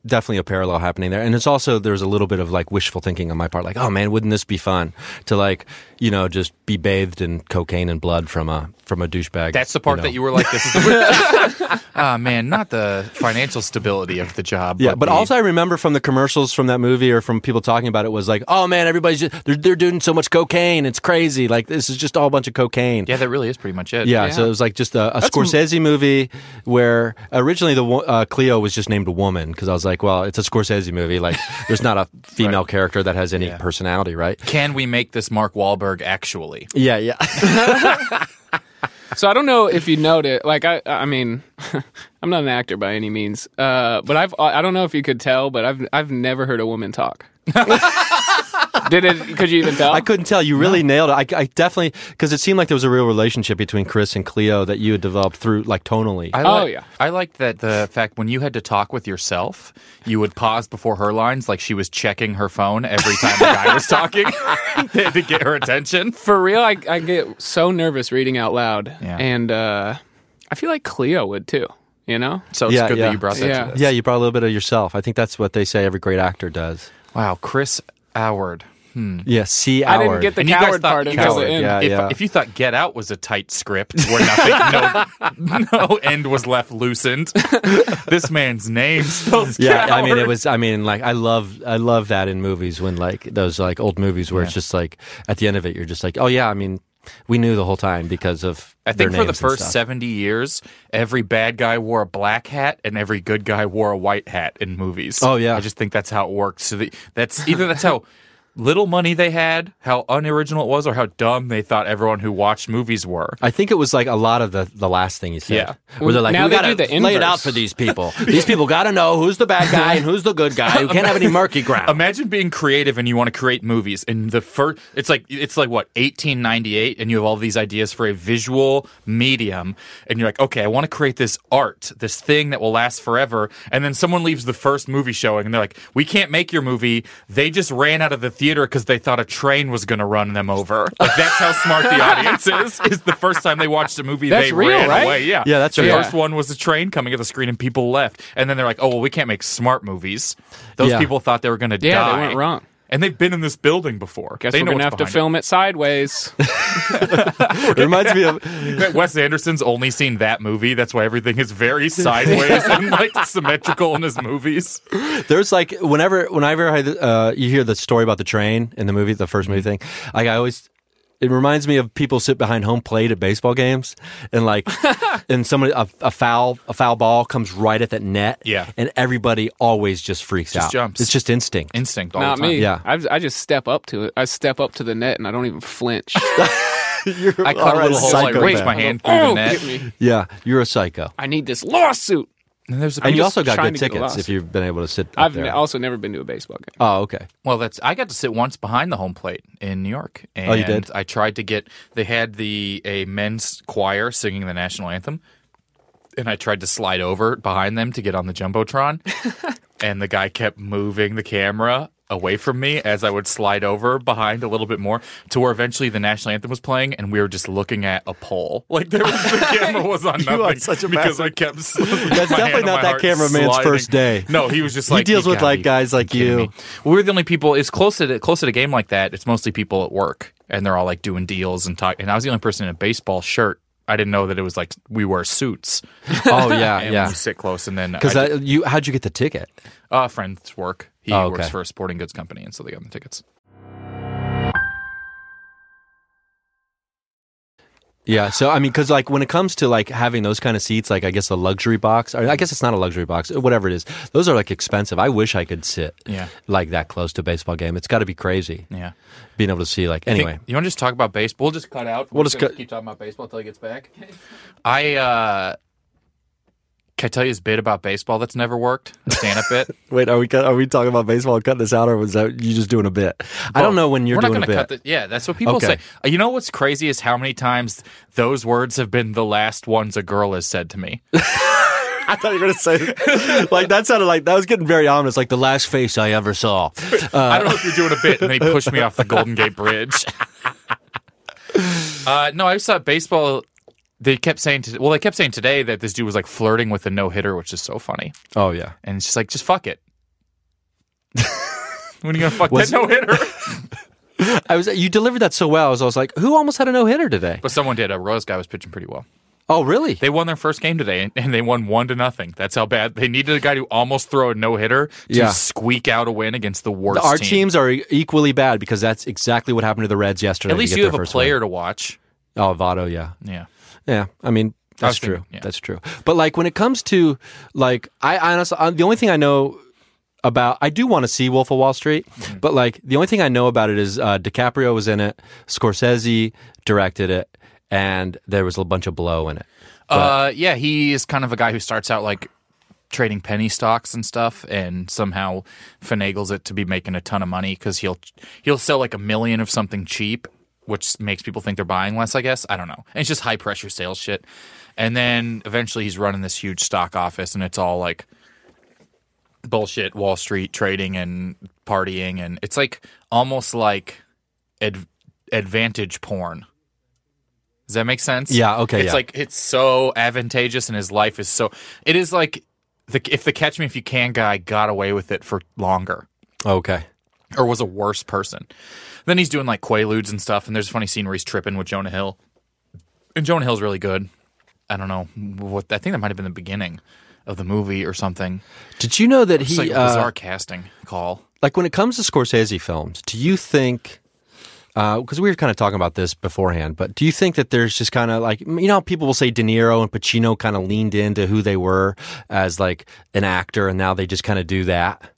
Speaker 3: definitely a parallel happening there, and it's also there's a little bit of like wishful thinking on my part, like, oh man, wouldn't this be fun to like you know just be bathed in cocaine and blood from a from a douchebag?
Speaker 1: That's the part
Speaker 3: know?
Speaker 1: that you were like, "This is the ah man, not the financial stability of the job."
Speaker 3: Yeah, but
Speaker 1: the-
Speaker 3: also I remember from the commercials from that movie or from people talking about it was like, oh man, everybody's just they're, they're doing so much cocaine, it's crazy. Like this is just all a bunch of cocaine.
Speaker 1: yeah, that really is pretty much it.
Speaker 3: Yeah, so it was like just a, a Scorsese movie where originally the wo- uh, Cleo was just named a woman because I was like, like, well, it's a Scorsese movie. Like, there's not a female character that has any personality, right?
Speaker 1: Can we make this Mark Wahlberg actually?
Speaker 3: Yeah, yeah.
Speaker 4: So I don't know if you noticed. Like I, I mean, I'm not an actor by any means, uh, but I've I don't know if you could tell, but I've I've never heard a woman talk. Did it? Could you even tell?
Speaker 3: I couldn't tell. You really nailed it. I, I definitely because it seemed like there was a real relationship between Chris and Cleo that you had developed through like tonally.
Speaker 1: I
Speaker 4: Oh,
Speaker 1: like-
Speaker 4: yeah.
Speaker 1: I liked that the fact when you had to talk with yourself, you would pause before her lines, like she was checking her phone every time the guy was talking. they had to get her attention.
Speaker 4: For real, I, I get so nervous reading out loud,
Speaker 1: Yeah.
Speaker 4: and uh, I feel like Cleo would too. You know?
Speaker 1: So it's
Speaker 3: Yeah,
Speaker 1: good
Speaker 3: yeah.
Speaker 1: that you brought that
Speaker 4: Yeah.
Speaker 1: to this.
Speaker 3: yeah, you brought a little bit of yourself. I think that's what they say every great actor does.
Speaker 1: Wow, Chris Howard. Hmm.
Speaker 3: Yeah, C.
Speaker 4: I
Speaker 3: Howard.
Speaker 4: didn't get the
Speaker 1: And you guys
Speaker 4: coward
Speaker 1: thought
Speaker 4: part until
Speaker 3: coward,
Speaker 4: the end.
Speaker 3: yeah.
Speaker 1: if, if you thought Get Out was a tight script where nothing, no, no end was left loosened, this man's name spells
Speaker 3: Yeah, I
Speaker 1: Coward.
Speaker 3: mean it was. I mean, like I love, I love that in movies when like those like old movies where it's just like at the end of it, you're just like, oh yeah, I mean, we knew the whole time because of.
Speaker 1: I think
Speaker 3: their
Speaker 1: for the
Speaker 3: names and
Speaker 1: first
Speaker 3: stuff.
Speaker 1: 70 years, every bad guy wore a black hat and every good guy wore a white hat in movies.
Speaker 3: Oh, yeah.
Speaker 1: I just think that's how it worked. So the, that's either that's how little money they had, how unoriginal it was, or how dumb they thought everyone who watched movies were.
Speaker 3: I think it was like a lot of the, the last thing he said.
Speaker 1: Yeah.
Speaker 3: Where they're like,
Speaker 4: Now
Speaker 3: we
Speaker 4: they
Speaker 3: gotta
Speaker 4: do the
Speaker 3: lay it
Speaker 4: inverse.
Speaker 3: out for these people. These people gotta know who's the bad guy and who's the good guy. You can't have any murky ground.
Speaker 1: Imagine being creative and you want to create movies, and the first it's like it's like what 1898, and you have all these ideas for a visual medium, and you're like, okay, I want to create this art, this thing that will last forever, and then someone leaves the first movie showing, and they're like, we can't make your movie. They just ran out of the theater because they thought a train was going to run them over. Like that's how smart the audience is. Is the first time they watched a movie,
Speaker 4: That's
Speaker 1: they
Speaker 4: real,
Speaker 1: ran
Speaker 4: right?
Speaker 1: away. Yeah,
Speaker 3: Yeah, that's
Speaker 1: the
Speaker 3: real.
Speaker 1: first one was a train coming at the screen, and people left, and then they're like, oh well, we can't make smart movies. Those
Speaker 3: Yeah.
Speaker 1: people thought they were going to
Speaker 4: Yeah, they
Speaker 1: die.
Speaker 4: went wrong.
Speaker 1: And they've been in this building before.
Speaker 4: Guess
Speaker 1: they
Speaker 4: we're
Speaker 1: know
Speaker 4: gonna have
Speaker 1: what's
Speaker 4: to film it sideways.
Speaker 3: It reminds me of
Speaker 1: behind it. Wes Anderson's only seen that movie. That's why everything is very sideways and like symmetrical in his movies.
Speaker 3: There's like whenever whenever I, uh, you hear the story about the train in the movie, the first movie
Speaker 1: Mm-hmm.
Speaker 3: thing, like I always. It reminds me of people sit behind home plate at baseball games, and like, and somebody a, a foul a foul ball comes right at that net,
Speaker 1: Yeah.
Speaker 3: and everybody always just freaks
Speaker 1: Just
Speaker 3: out.
Speaker 1: jumps.
Speaker 3: It's just instinct.
Speaker 1: Instinct, all
Speaker 4: Not
Speaker 1: the time.
Speaker 4: me.
Speaker 3: Yeah.
Speaker 4: I, I just step up to it. I step up to the net and I don't even flinch.
Speaker 1: I cut a
Speaker 3: Alright,
Speaker 1: little hole. I
Speaker 3: psychopath.
Speaker 1: raised my hand through
Speaker 4: oh,
Speaker 1: the net.
Speaker 4: get me.
Speaker 3: Yeah, you're a psycho,
Speaker 4: I need this lawsuit.
Speaker 1: And there's a
Speaker 3: and you
Speaker 4: just
Speaker 3: also got
Speaker 4: trying
Speaker 3: good
Speaker 4: to get
Speaker 3: tickets
Speaker 4: lost.
Speaker 3: if you've been able to sit. Up
Speaker 4: I've ne-
Speaker 3: there.
Speaker 4: also never been to a baseball game.
Speaker 3: oh, okay.
Speaker 1: Well, that's I got to sit once behind the home plate in New York, and
Speaker 3: Oh, you did?
Speaker 1: I tried to get. They had the a men's choir singing the national anthem, and I tried to slide over behind them to get on the jumbotron, and the guy kept moving the camera away from me as I would slide over behind a little bit more to where eventually the national anthem was playing, and we were just looking at a pole. Like there was the camera was on nothing
Speaker 3: are such a
Speaker 1: because I
Speaker 3: bastard.
Speaker 1: kept. That's
Speaker 3: definitely not that cameraman's first day.
Speaker 1: No, he was just
Speaker 3: He
Speaker 1: like
Speaker 3: deals
Speaker 1: "You
Speaker 3: with,
Speaker 1: gotta
Speaker 3: like,
Speaker 1: be
Speaker 3: guys like
Speaker 1: kidding
Speaker 3: you."
Speaker 1: me." Well, we're the only people. It's close to close to a game like that. It's mostly people at work, and they're all like doing deals and talk. And I was the only person in a baseball shirt. I didn't know that it was like we wear suits.
Speaker 3: Oh yeah,
Speaker 1: and
Speaker 3: yeah.
Speaker 1: we sit close, and then
Speaker 3: Because
Speaker 1: I,
Speaker 3: you, how'd you get the ticket?
Speaker 1: uh, friends work. He
Speaker 3: Oh,
Speaker 1: works
Speaker 3: okay.
Speaker 1: for a sporting goods company, and so they got the tickets.
Speaker 3: Yeah, so I mean, because like when it comes to like having those kind of seats, like I guess a luxury box, or I guess it's not a luxury box, whatever it is, those are like expensive. I wish I could sit
Speaker 1: Yeah.
Speaker 3: like that close to a baseball game. It's got to be crazy
Speaker 1: Yeah.
Speaker 3: being able to see like
Speaker 1: Think-
Speaker 3: anyway.
Speaker 1: you want to just talk about baseball? We'll just cut out.
Speaker 3: We'll
Speaker 1: We're
Speaker 3: just
Speaker 1: gonna
Speaker 3: cut-
Speaker 1: keep talking about baseball until he gets back. I uh, can I tell you his bit about baseball that's never worked. Stand up bit.
Speaker 3: Wait, are we cut, are we talking about baseball and cutting this out, or was that you just doing a bit? I don't know when you're
Speaker 1: We're
Speaker 3: doing
Speaker 1: not
Speaker 3: a bit.
Speaker 1: gonna cut the, yeah, that's what people
Speaker 3: Okay.
Speaker 1: say. Uh, You know what's crazy is how many times those words have been the last ones a girl has said to me.
Speaker 3: Uh. I thought you were gonna say like that sounded like that was getting very ominous, like the last face I ever saw.
Speaker 1: I don't know if you're doing a bit, and then he pushed me off the Golden Gate Bridge. uh, no, I just thought baseball. They kept saying, to, well, they kept saying today that this dude was like flirting with a no hitter, which is so funny.
Speaker 3: Oh yeah,
Speaker 1: And it's just like, just fuck it. when are you gonna fuck
Speaker 3: Was-
Speaker 1: that no hitter?
Speaker 3: I was. You delivered that so well. I was, I was like, who almost had a no hitter today?
Speaker 1: but someone did. A Rose guy was pitching pretty well.
Speaker 3: Oh really?
Speaker 1: They won their first game today, and- and they won one to nothing. That's how bad they needed a guy to almost throw a no hitter to
Speaker 3: Yeah.
Speaker 1: squeak out a win against the worst.
Speaker 3: Our
Speaker 1: team.
Speaker 3: teams are equally bad because that's exactly what happened to the Reds yesterday.
Speaker 1: At
Speaker 3: to
Speaker 1: least
Speaker 3: get
Speaker 1: you
Speaker 3: their
Speaker 1: have a
Speaker 3: first
Speaker 1: player to watch.
Speaker 3: win. Oh, Votto, yeah,
Speaker 1: Yeah,
Speaker 3: yeah. I mean,
Speaker 1: I was
Speaker 3: that's true.
Speaker 1: thinking- yeah.
Speaker 3: That's true. But like when it comes to like, I honestly, I, the uh, only thing I know about. I do want to see Wolf of Wall Street,
Speaker 1: Mm-hmm.
Speaker 3: but like the only thing I know about it is uh, DiCaprio was in it, Scorsese directed it, and there was a bunch of blow in it.
Speaker 1: Uh, yeah, he is kind of a guy who starts out like trading penny stocks and stuff, and somehow finagles it to be making a ton of money because he'll he'll sell like a million of something cheap, which makes people think they're buying less. I guess I don't know. And it's just high pressure sales shit. And then eventually he's running this huge stock office, and it's all like bullshit Wall Street trading and partying, and it's like almost like ad- advantage porn. Does that make sense?
Speaker 3: Yeah, okay,
Speaker 1: It's
Speaker 3: yeah.
Speaker 1: like it's so advantageous, and his life is so. It is like the if the Catch Me If You Can guy got away with it for longer
Speaker 3: Okay.
Speaker 1: or was a worse person. Then he's doing like quaaludes and stuff, and there's a funny scene where he's tripping with Jonah Hill, and Jonah Hill's really good. I don't know what I think that might have been the beginning of the movie or something.
Speaker 3: Did you know that
Speaker 1: It's
Speaker 3: he
Speaker 1: like a
Speaker 3: uh,
Speaker 1: bizarre casting call.
Speaker 3: like when it comes to Scorsese films, do you think? Because we were kind of talking about this beforehand, but do you think that there's just kind of like you know how people will say De Niro and Pacino kind of leaned into who they were as like an actor, and now they just kind of do that.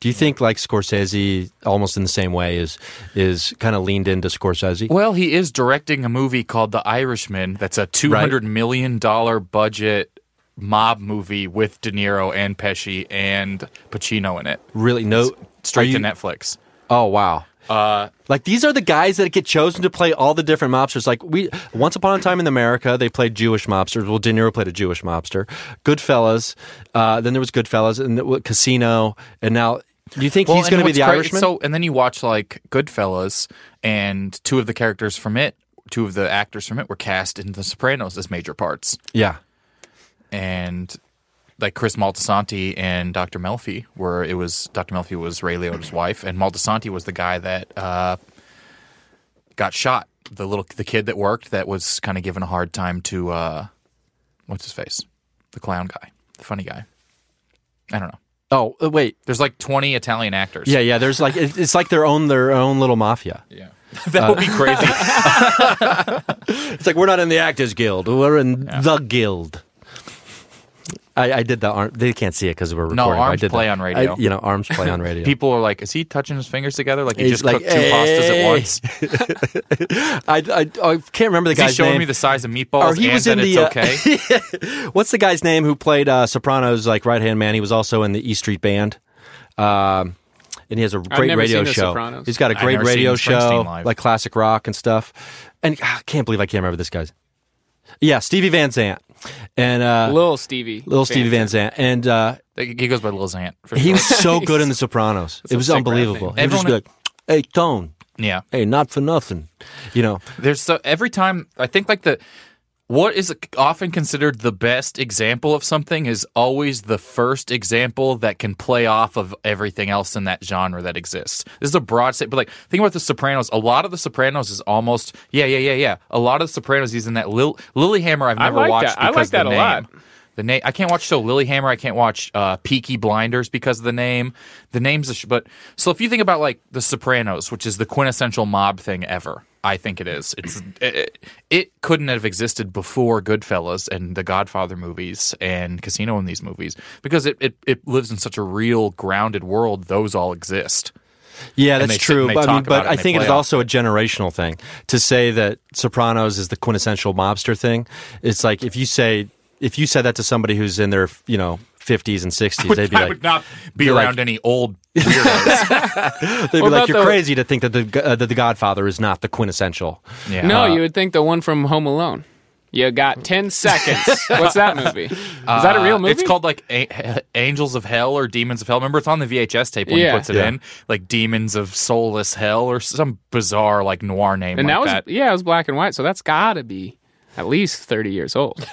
Speaker 3: Do you think like Scorsese, almost in the same way, is is kind of leaned into Scorsese?
Speaker 1: Well, he is directing a movie called The Irishman. That's a two hundred million dollar budget mob movie with De Niro and Pesci and Pacino in it,
Speaker 3: Really, no,
Speaker 1: straight to
Speaker 3: are you-
Speaker 1: Netflix.
Speaker 3: Oh wow.
Speaker 1: Uh,
Speaker 3: like these are the guys that get chosen to play all the different mobsters. Like we, once upon a time in America, they played Jewish mobsters. Well, De Niro played a Jewish mobster. Goodfellas. Uh, then there was Goodfellas and the, what, Casino, and now do you think he's
Speaker 1: and
Speaker 3: going to be
Speaker 1: what's
Speaker 3: the
Speaker 1: cra-
Speaker 3: Irishman?
Speaker 1: So, and then you watch like Goodfellas, and two of the characters from it, two of the actors from it, were cast in The Sopranos as major parts,
Speaker 3: yeah,
Speaker 1: and like Chris Maltasanti and Dr. Melfi were. It was Dr. Melfi was Ray Liotta's wife, and Maltasanti was the guy that uh, got shot. The little the kid that worked that was kind of given a hard time to uh, what's his face, the clown guy, the funny guy. I don't know.
Speaker 3: Oh uh, wait,
Speaker 1: There's like 20 Italian actors.
Speaker 3: yeah, yeah. There's like it- it's like their own their own little mafia.
Speaker 1: yeah. that would be
Speaker 3: Uh,
Speaker 1: crazy.
Speaker 3: It's like we're not in the Actors Guild. We're in the Guild. I, I did the arm. They can't see it because we're recording. but I
Speaker 1: arms
Speaker 3: did
Speaker 1: play
Speaker 3: that.
Speaker 1: on radio.
Speaker 3: I- you know, arms play on radio.
Speaker 1: People are like, is he touching his fingers together? Like he
Speaker 3: He's
Speaker 1: just
Speaker 3: like,
Speaker 1: cooked two pastas
Speaker 3: "Hey."
Speaker 1: at once. Is
Speaker 3: I, I, I can't remember the
Speaker 1: he
Speaker 3: guy's
Speaker 1: showing
Speaker 3: name.
Speaker 1: me the size of meatballs
Speaker 3: Or he
Speaker 1: and
Speaker 3: was
Speaker 1: that
Speaker 3: in
Speaker 1: it's
Speaker 3: the, uh,
Speaker 1: okay?
Speaker 3: What's the guy's name who played uh, Sopranos, like right hand man? He was also in the E Street Band, um, and he has a great
Speaker 4: never
Speaker 3: radio
Speaker 4: seen The
Speaker 3: show.
Speaker 4: Sopranos.
Speaker 3: He's got a
Speaker 1: I've
Speaker 3: great
Speaker 1: never
Speaker 3: radio
Speaker 1: seen Springsteen
Speaker 3: show,
Speaker 1: live.
Speaker 3: like classic rock and stuff. And ah, I can't believe I can't remember this guy's. Yeah, Stevie Van Zant and uh, little,
Speaker 4: Little Stevie.
Speaker 3: Stevie Van Zant, and uh,
Speaker 1: he goes by Lil Zant. For
Speaker 3: he
Speaker 1: short.
Speaker 3: was so good in The Sopranos. it was
Speaker 4: sick rap name.
Speaker 3: unbelievable. He would just be
Speaker 1: Everyone-
Speaker 3: like, "Hey, Tone,
Speaker 1: yeah.
Speaker 3: hey, not for nothing," you know.
Speaker 1: There's so every time I think like the what is often considered the best example of something is always the first example that can play off of everything else in that genre that exists. This is a broad state, but like think about the Sopranos. A lot of the Sopranos is almost yeah, yeah, yeah, yeah. A lot of the Sopranos he's in that Lil, Lilyhammer. I've
Speaker 4: I
Speaker 1: never
Speaker 4: like
Speaker 1: watched.
Speaker 4: that. I
Speaker 1: because
Speaker 4: like that
Speaker 1: the
Speaker 4: a
Speaker 1: name.
Speaker 4: lot.
Speaker 1: The name I can't watch so Lilyhammer. I can't watch uh, Peaky Blinders because of the name. The name's a sh- but so if you think about like The Sopranos, which is the quintessential mob thing ever, I think it is. It's it, it couldn't have existed before Goodfellas and the Godfather movies and Casino and these movies because it it, it lives in such a real grounded world. Those all exist.
Speaker 3: Yeah,
Speaker 1: and
Speaker 3: that's
Speaker 1: they sit and they
Speaker 3: true. But I, mean,
Speaker 1: talk about
Speaker 3: but
Speaker 1: it
Speaker 3: I
Speaker 1: and they
Speaker 3: think
Speaker 1: play
Speaker 3: it's
Speaker 1: off.
Speaker 3: also a generational thing to say that Sopranos is the quintessential mobster thing. It's like if you say if you said that to somebody who's in their you know fifties and sixties, they'd be
Speaker 1: I
Speaker 3: like,
Speaker 1: would not be
Speaker 3: they're like-
Speaker 1: around any old weirdos.
Speaker 3: they'd be
Speaker 4: What
Speaker 3: like,
Speaker 4: about
Speaker 3: you're
Speaker 4: the-
Speaker 3: crazy to think that the uh, that the Godfather is not the quintessential.
Speaker 1: yeah.
Speaker 4: No, you would think the one from Home Alone. You got 10 seconds. What's that movie? Is that a real
Speaker 1: Uh,
Speaker 4: movie?
Speaker 1: It's called like a- Angels of Hell or Demons of Hell. Remember, it's on the VHS tape when
Speaker 4: Yeah.
Speaker 1: he puts it
Speaker 3: Yeah.
Speaker 1: in, like Demons of Soulless Hell or some bizarre like noir name
Speaker 4: And
Speaker 1: like
Speaker 4: that was
Speaker 1: that.
Speaker 4: yeah, it was black and white, so that's got to be at least 30 years old.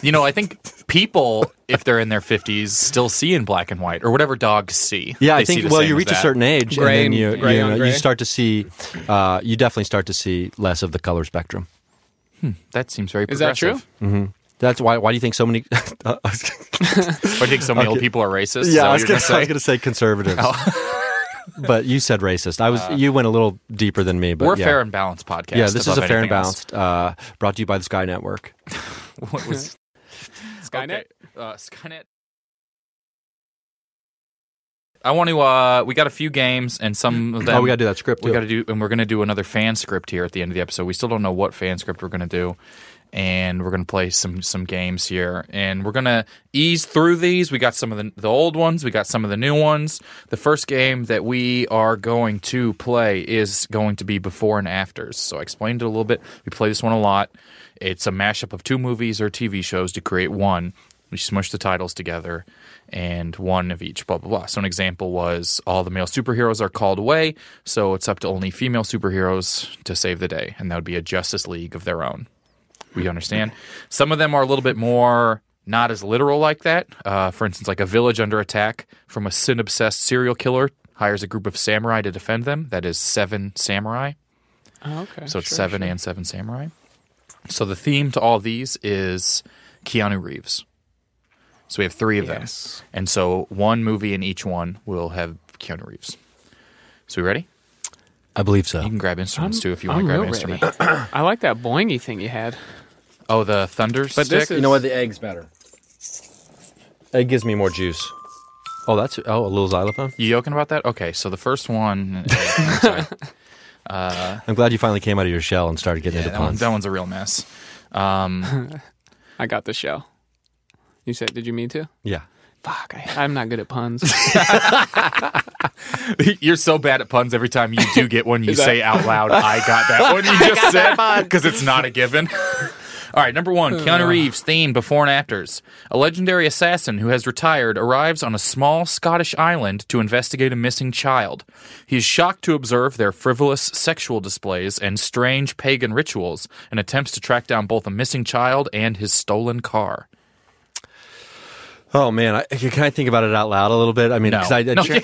Speaker 1: You know, I think people, if they're in their fifties, still see in black and white or whatever dogs see.
Speaker 3: Yeah, I
Speaker 1: They see
Speaker 3: think
Speaker 1: the
Speaker 3: well,
Speaker 1: same
Speaker 3: you
Speaker 1: as
Speaker 3: reach a
Speaker 1: that.
Speaker 3: certain age,
Speaker 4: Gray
Speaker 3: and then
Speaker 4: and-
Speaker 3: you
Speaker 4: gray
Speaker 3: you,
Speaker 4: on
Speaker 3: know,
Speaker 4: gray.
Speaker 3: you start to see uh, you definitely start to see less of the color spectrum.
Speaker 1: That seems very.
Speaker 4: Is that true?
Speaker 1: progressive.
Speaker 3: That's why. Why do you think so many? uh,
Speaker 1: Or do you think so many old people are racist?
Speaker 3: Yeah, I was,
Speaker 1: Is that
Speaker 3: gonna,
Speaker 1: what
Speaker 3: I
Speaker 1: you're
Speaker 3: was
Speaker 1: gonna say? Oh.
Speaker 3: gonna say conservatives. but you said racist. I was. you went a little deeper than me. But
Speaker 1: Uh, We're a
Speaker 3: yeah.
Speaker 1: fair and balanced podcast.
Speaker 3: Yeah, this is
Speaker 1: above
Speaker 3: a fair and
Speaker 1: anything else.
Speaker 3: balanced. Uh, brought to you by the Sky Network.
Speaker 1: What was
Speaker 4: Skynet?
Speaker 1: Okay. Uh, Skynet. I want to. Uh, we got a few games and some of them.
Speaker 3: Oh, we gotta do that script,
Speaker 1: We
Speaker 3: too.
Speaker 1: got to do, and we're gonna do another fan script here at the end of the episode. We still don't know what fan script we're gonna do, and we're gonna play some some games here, and we're gonna ease through these. We got some of the the old ones. We got some of the new ones. The first game that we are going to play is going to be before and afters. So I explained it a little bit. We play this one a lot. It's a mashup of two movies or TV shows to create one. We smush the titles together and one of each, blah, blah, blah. So, an example was all the male superheroes are called away, so it's up to only female superheroes to save the day. And that would be a Justice League of their own. We understand. Some of them are a little bit more not as literal like that. Uh, for instance, like a village under attack from a sin obsessed serial killer hires a group of samurai to defend them. That is seven samurai.
Speaker 4: Oh, okay.
Speaker 1: So it's seven and seven samurai. So the theme to all these is Keanu Reeves. So we have three of
Speaker 4: Yes.
Speaker 1: them. And so one movie in each one will have Keanu Reeves. So we ready?
Speaker 3: I believe so.
Speaker 1: You can grab instruments too if you want
Speaker 4: I'm
Speaker 1: to grab an
Speaker 4: real
Speaker 1: instrument.
Speaker 4: ready. I like that boingy thing you had.
Speaker 1: Oh, the thunder
Speaker 4: But
Speaker 1: stick.
Speaker 4: this is- You know what,
Speaker 3: The egg's better. Egg gives me more juice. Oh, that's oh a little xylophone.
Speaker 1: you joking about that? Okay, so the first one. I'm sorry.
Speaker 3: I'm glad you finally came out of your shell and started getting
Speaker 1: Yeah,
Speaker 3: into
Speaker 1: that, one,
Speaker 3: puns.
Speaker 1: that one's a real mess. Um,
Speaker 4: I got the show. You said, did you mean to?
Speaker 3: Yeah,
Speaker 4: Fuck, I, I'm not good at puns.
Speaker 1: you're so bad at puns. Every time you do get one, you
Speaker 4: Is that-
Speaker 1: say out loud, "I got that one." You just said because it's not a given. All right, number one, Keanu Reeves theme before and afters. A legendary assassin who has retired arrives on a small Scottish island to investigate a missing child. He is shocked to observe their frivolous sexual displays and strange pagan rituals, and attempts to track down both a missing child and his stolen car.
Speaker 3: Oh man, I, can I think about it out loud a little bit? I mean,
Speaker 1: No,
Speaker 3: 'cause I,
Speaker 1: No, the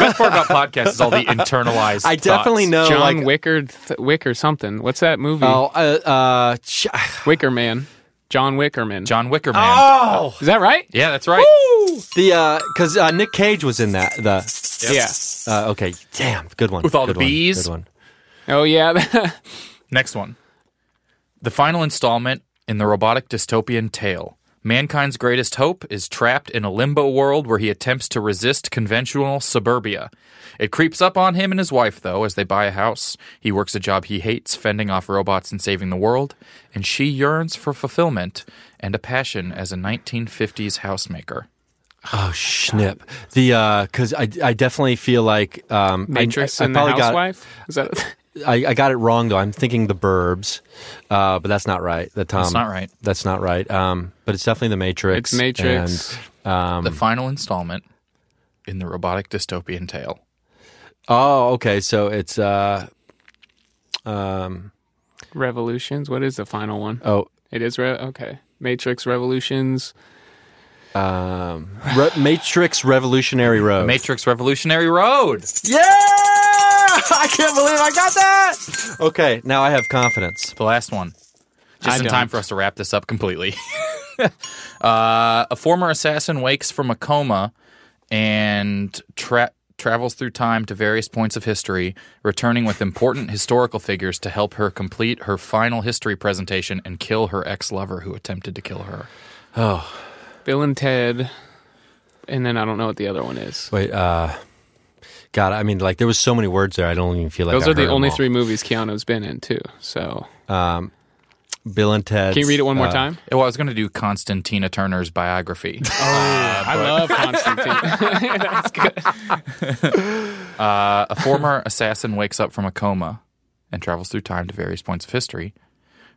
Speaker 1: best part about podcasts is all the internalized.
Speaker 3: I definitely
Speaker 1: thoughts.
Speaker 3: know.
Speaker 4: John
Speaker 3: like,
Speaker 4: Wicker, th- Wicker something. What's that movie?
Speaker 3: oh, uh, uh, ch-
Speaker 4: Wicker Man. John Wickerman.
Speaker 1: John Wicker Man.
Speaker 3: oh,
Speaker 4: Is that right?
Speaker 1: Yeah, that's right.
Speaker 3: the because uh, Nick Cage was in that. The
Speaker 4: Yeah.
Speaker 3: uh, okay, damn, good one.
Speaker 1: With all the
Speaker 3: good one,
Speaker 1: bees?
Speaker 3: good one.
Speaker 4: Oh yeah.
Speaker 1: Next one. The final installment in the robotic dystopian tale. Mankind's greatest hope is trapped in a limbo world where he attempts to resist conventional suburbia. It creeps up on him and his wife, though, as they buy a house. He works a job he hates, fending off robots and saving the world, and she yearns for fulfillment and a passion as a 1950s housemaker.
Speaker 3: Oh snip! The because I, I definitely feel like um, I-
Speaker 4: Matrix
Speaker 3: I, I
Speaker 4: and the
Speaker 3: probably got-
Speaker 4: Housewife. Is that?
Speaker 3: I, I got it wrong though. I'm thinking the Burbs, uh, but that's not right. The Tom.
Speaker 1: not right.
Speaker 3: That's not right. Um, but it's definitely the Matrix.
Speaker 4: It's Matrix.
Speaker 3: And, um,
Speaker 1: The final installment in the robotic dystopian tale.
Speaker 3: oh, okay. So it's uh, um,
Speaker 4: Revolutions. What is the final one?
Speaker 3: oh,
Speaker 4: It is re- okay. Matrix Revolutions.
Speaker 3: um, Re- Matrix Revolutionary Road.
Speaker 1: Matrix Revolutionary Road.
Speaker 3: yeah! I can't believe I got that. Okay, now I have confidence.
Speaker 1: The last one. Just
Speaker 4: I
Speaker 1: in
Speaker 4: don't.
Speaker 1: time for us to wrap this up completely. uh, a former assassin wakes from a coma and tra- travels through time to various points of history, returning with important historical figures to help her complete her final history presentation and kill her ex lover who attempted to kill her.
Speaker 4: Bill and Ted. And then I don't know what the other one is.
Speaker 3: Wait, uh, God, I mean, like there was so many words there. I don't even feel like
Speaker 4: Those
Speaker 3: I
Speaker 4: are the
Speaker 3: heard 'em
Speaker 4: only
Speaker 3: all.
Speaker 4: three movies Keanu's been in too. So
Speaker 3: Um, Bill and Ted.
Speaker 4: can you read it one
Speaker 3: uh,
Speaker 4: more time?
Speaker 1: Well, I was going to do Constantina Turner's biography.
Speaker 4: I love Constantine. That's good.
Speaker 1: Uh, a former assassin wakes up from a coma and travels through time to various points of history,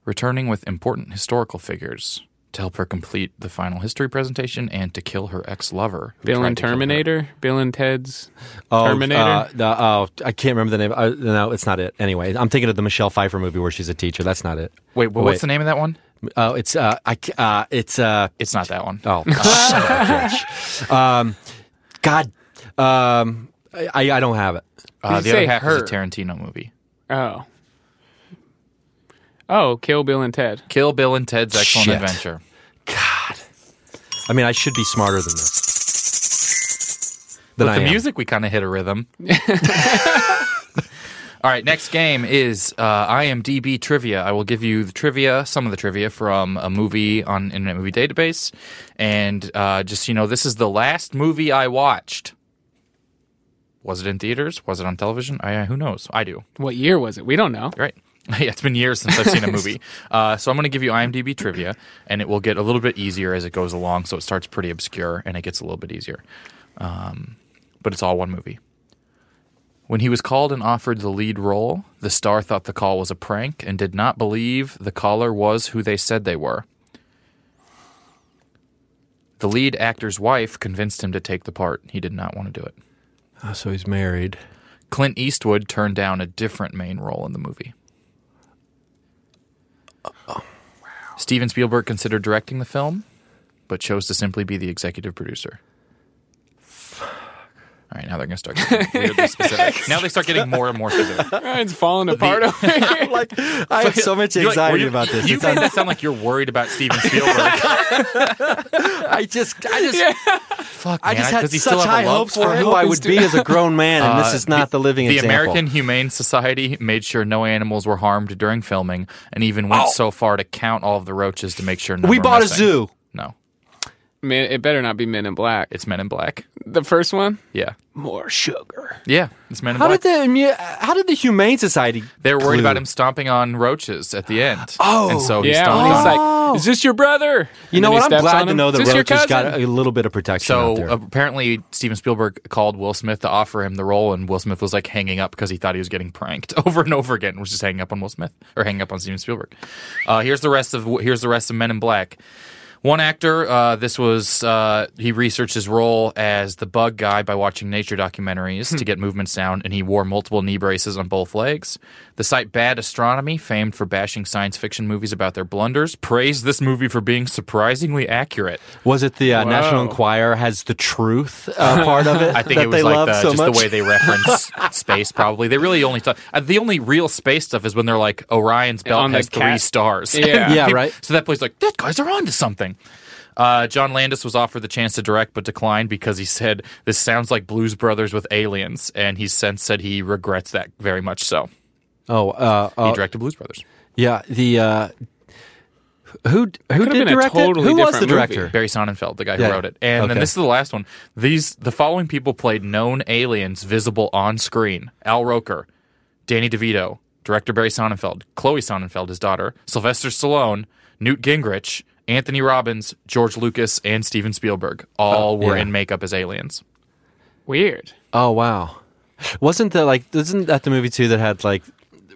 Speaker 1: returning with important historical figures to help her complete the final history presentation and to kill her ex lover.
Speaker 4: Bill and Terminator. Bill and Ted's
Speaker 3: Oh,
Speaker 4: Terminator.
Speaker 3: uh, the- oh, I can't remember the name. Uh, no, it's not it. Anyway, I'm thinking of the Michelle Pfeiffer movie where she's a teacher. That's not it.
Speaker 1: Wait, wha-
Speaker 3: Wait.
Speaker 1: what's the name of that one?
Speaker 3: Oh, it's uh, I ca- uh, it's uh,
Speaker 1: It's not that one.
Speaker 3: oh, son of a bitch. um, God, um, I I don't have it.
Speaker 1: Uh,
Speaker 4: Did
Speaker 1: the other
Speaker 4: you say
Speaker 1: half
Speaker 4: her?
Speaker 1: is a Tarantino movie.
Speaker 4: oh. Oh, Kill Bill and Ted.
Speaker 1: Kill Bill and Ted's Excellent
Speaker 3: Shit.
Speaker 1: Adventure.
Speaker 3: I mean, I should be smarter than this. Than
Speaker 1: With
Speaker 3: I
Speaker 1: the
Speaker 3: am.
Speaker 1: music, we kind of hit a rhythm. All right, next game is uh, IMDb trivia. I will give you the trivia, some of the trivia from a movie on Internet Movie Database, and uh, just so you know, this is the last movie I watched. Was it in theaters? Was it on television? I, who knows? I do.
Speaker 4: What year was it? We don't know.
Speaker 1: Right. Yeah, it's been years since I've seen a movie. Uh, so I'm going to give you IMDb trivia, and it will get a little bit easier as it goes along. So it starts pretty obscure, and it gets a little bit easier. Um, but it's all one movie. When he was called and offered the lead role, the star thought the call was a prank and did not believe the caller was who they said they were. The lead actor's wife convinced him to take the part. He did not want to do it.
Speaker 3: Oh, so he's married.
Speaker 1: Clint Eastwood turned down a different main role in the movie. Steven Spielberg considered directing the film, but chose to simply be the executive producer. All right, now they're going to start getting weirdly specific. Now they start getting more and more specific.
Speaker 4: It's falling apart over here.
Speaker 3: Like I have so much
Speaker 1: You're like,
Speaker 3: anxiety
Speaker 1: were you-
Speaker 3: about this.
Speaker 1: You
Speaker 3: It's un-
Speaker 1: made that sound like you're worried about Steven Spielberg.
Speaker 3: I just, I just,
Speaker 1: Fuck,
Speaker 3: I
Speaker 1: man,
Speaker 3: just had
Speaker 1: does he
Speaker 3: such
Speaker 1: still have a
Speaker 3: high
Speaker 1: love
Speaker 3: hopes
Speaker 1: for
Speaker 3: for
Speaker 1: it?
Speaker 3: who I would be as a grown man, and this
Speaker 1: Uh,
Speaker 3: is not the, living
Speaker 1: the
Speaker 3: example.
Speaker 1: American Humane Society made sure no animals were harmed during filming, and even went so far to count all of the roaches to make sure. None
Speaker 3: we
Speaker 1: were
Speaker 3: bought a
Speaker 1: missing.
Speaker 3: zoo.
Speaker 1: No,
Speaker 4: Man, it better not be Men in Black.
Speaker 1: it's Men in Black.
Speaker 4: The first one?
Speaker 1: Yeah,
Speaker 7: More sugar.
Speaker 1: yeah, it's Men in
Speaker 3: How
Speaker 1: Black.
Speaker 3: did the imu- how did the Humane Society?
Speaker 1: They were worried about
Speaker 3: Clue.
Speaker 1: him stomping on roaches at the end. Oh, and so he
Speaker 4: yeah,
Speaker 1: stomped
Speaker 4: when he's
Speaker 1: on.
Speaker 4: like, "Is this your brother?"
Speaker 3: You know what? I'm glad to know
Speaker 4: that
Speaker 3: the roach has got a little bit of protection. out
Speaker 1: so uh,
Speaker 3: there.
Speaker 1: apparently, Steven Spielberg called Will Smith to offer him the role, and Will Smith was like hanging up because he thought he was getting pranked over and over again. Was just hanging up on Will Smith or hanging up on Steven Spielberg. Uh, here's the rest of here's the rest of Men in Black. One actor, uh, this was uh, he researched his role as the bug guy by watching nature documentaries to get movement sound, and he wore multiple knee braces on both legs. The site Bad Astronomy, famed for bashing science fiction movies about their blunders, praised this movie for being surprisingly accurate.
Speaker 3: was it the uh, National Enquirer has the truth uh, part of it?
Speaker 1: I think
Speaker 3: that
Speaker 1: it was
Speaker 3: they
Speaker 1: like
Speaker 3: love
Speaker 1: the,
Speaker 3: so
Speaker 1: just
Speaker 3: much.
Speaker 1: the way they reference space. Probably they really only talk, uh, the only real space stuff is when they're like Orion's belt
Speaker 4: On the
Speaker 1: has three
Speaker 4: cat-
Speaker 1: stars.
Speaker 4: Yeah.
Speaker 3: Yeah, right.
Speaker 1: So that play's like that guys are onto something. Uh, John Landis was offered the chance to direct but declined because he said this sounds like Blues Brothers with aliens, and he since said he regrets that very much. So
Speaker 3: oh, uh, uh,
Speaker 1: he directed Blues Brothers.
Speaker 3: yeah. The uh, who who
Speaker 4: could've
Speaker 3: did
Speaker 4: been a
Speaker 3: direct
Speaker 4: totally
Speaker 3: it? Who was
Speaker 4: different
Speaker 3: the director?
Speaker 4: movie.
Speaker 1: Barry Sonnenfeld, the guy who
Speaker 3: Yeah.
Speaker 1: wrote it. And then
Speaker 3: Okay.
Speaker 1: this is the last one. These the following people played known aliens visible on screen: Al Roker, Danny DeVito, director Barry Sonnenfeld, Chloe Sonnenfeld, his daughter, Sylvester Stallone, Newt Gingrich, Anthony Robbins, George Lucas, and Steven Spielberg. All were
Speaker 3: Oh, yeah.
Speaker 1: in makeup as aliens.
Speaker 4: Weird.
Speaker 3: Oh wow! Wasn't that like? Isn't that the movie too that had like?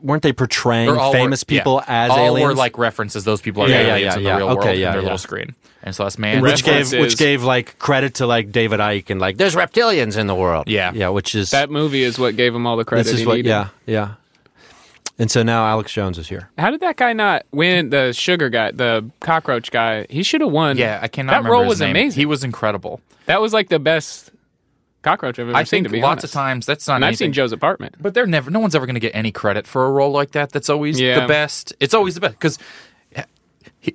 Speaker 3: Weren't they portraying
Speaker 1: They're all were-
Speaker 3: famous
Speaker 1: yeah.
Speaker 3: people as
Speaker 1: all
Speaker 3: aliens?
Speaker 1: were like references. Those people are
Speaker 3: Yeah, yeah,
Speaker 1: aliens
Speaker 3: yeah,
Speaker 1: in
Speaker 3: yeah.
Speaker 1: the real
Speaker 3: Okay,
Speaker 1: world
Speaker 3: yeah,
Speaker 1: in their
Speaker 3: yeah.
Speaker 1: little screen. And so that's man.
Speaker 3: which gave
Speaker 4: references.
Speaker 3: which gave like credit to like David Icke and like there's reptilians in the world.
Speaker 1: Yeah.
Speaker 3: yeah, which is
Speaker 4: That movie is what gave him all the credit.
Speaker 3: this is
Speaker 4: he
Speaker 3: what
Speaker 4: needed.
Speaker 3: yeah yeah. And so now Alex Jones is here.
Speaker 4: How did that guy not win the sugar guy, the cockroach guy? He should have won.
Speaker 1: yeah, I cannot
Speaker 4: That
Speaker 1: remember
Speaker 4: role
Speaker 1: his
Speaker 4: was
Speaker 1: name.
Speaker 4: amazing.
Speaker 1: He was incredible.
Speaker 4: That was like the best cockroach I've ever
Speaker 1: I
Speaker 4: seen.
Speaker 1: think
Speaker 4: to be
Speaker 1: lots of
Speaker 4: honest.
Speaker 1: times that's not
Speaker 4: and I've
Speaker 1: anything
Speaker 4: seen Joe's apartment.
Speaker 1: But they're never. No one's ever going to get any credit for a role like that. That's always
Speaker 4: Yeah.
Speaker 1: the best. It's always the best because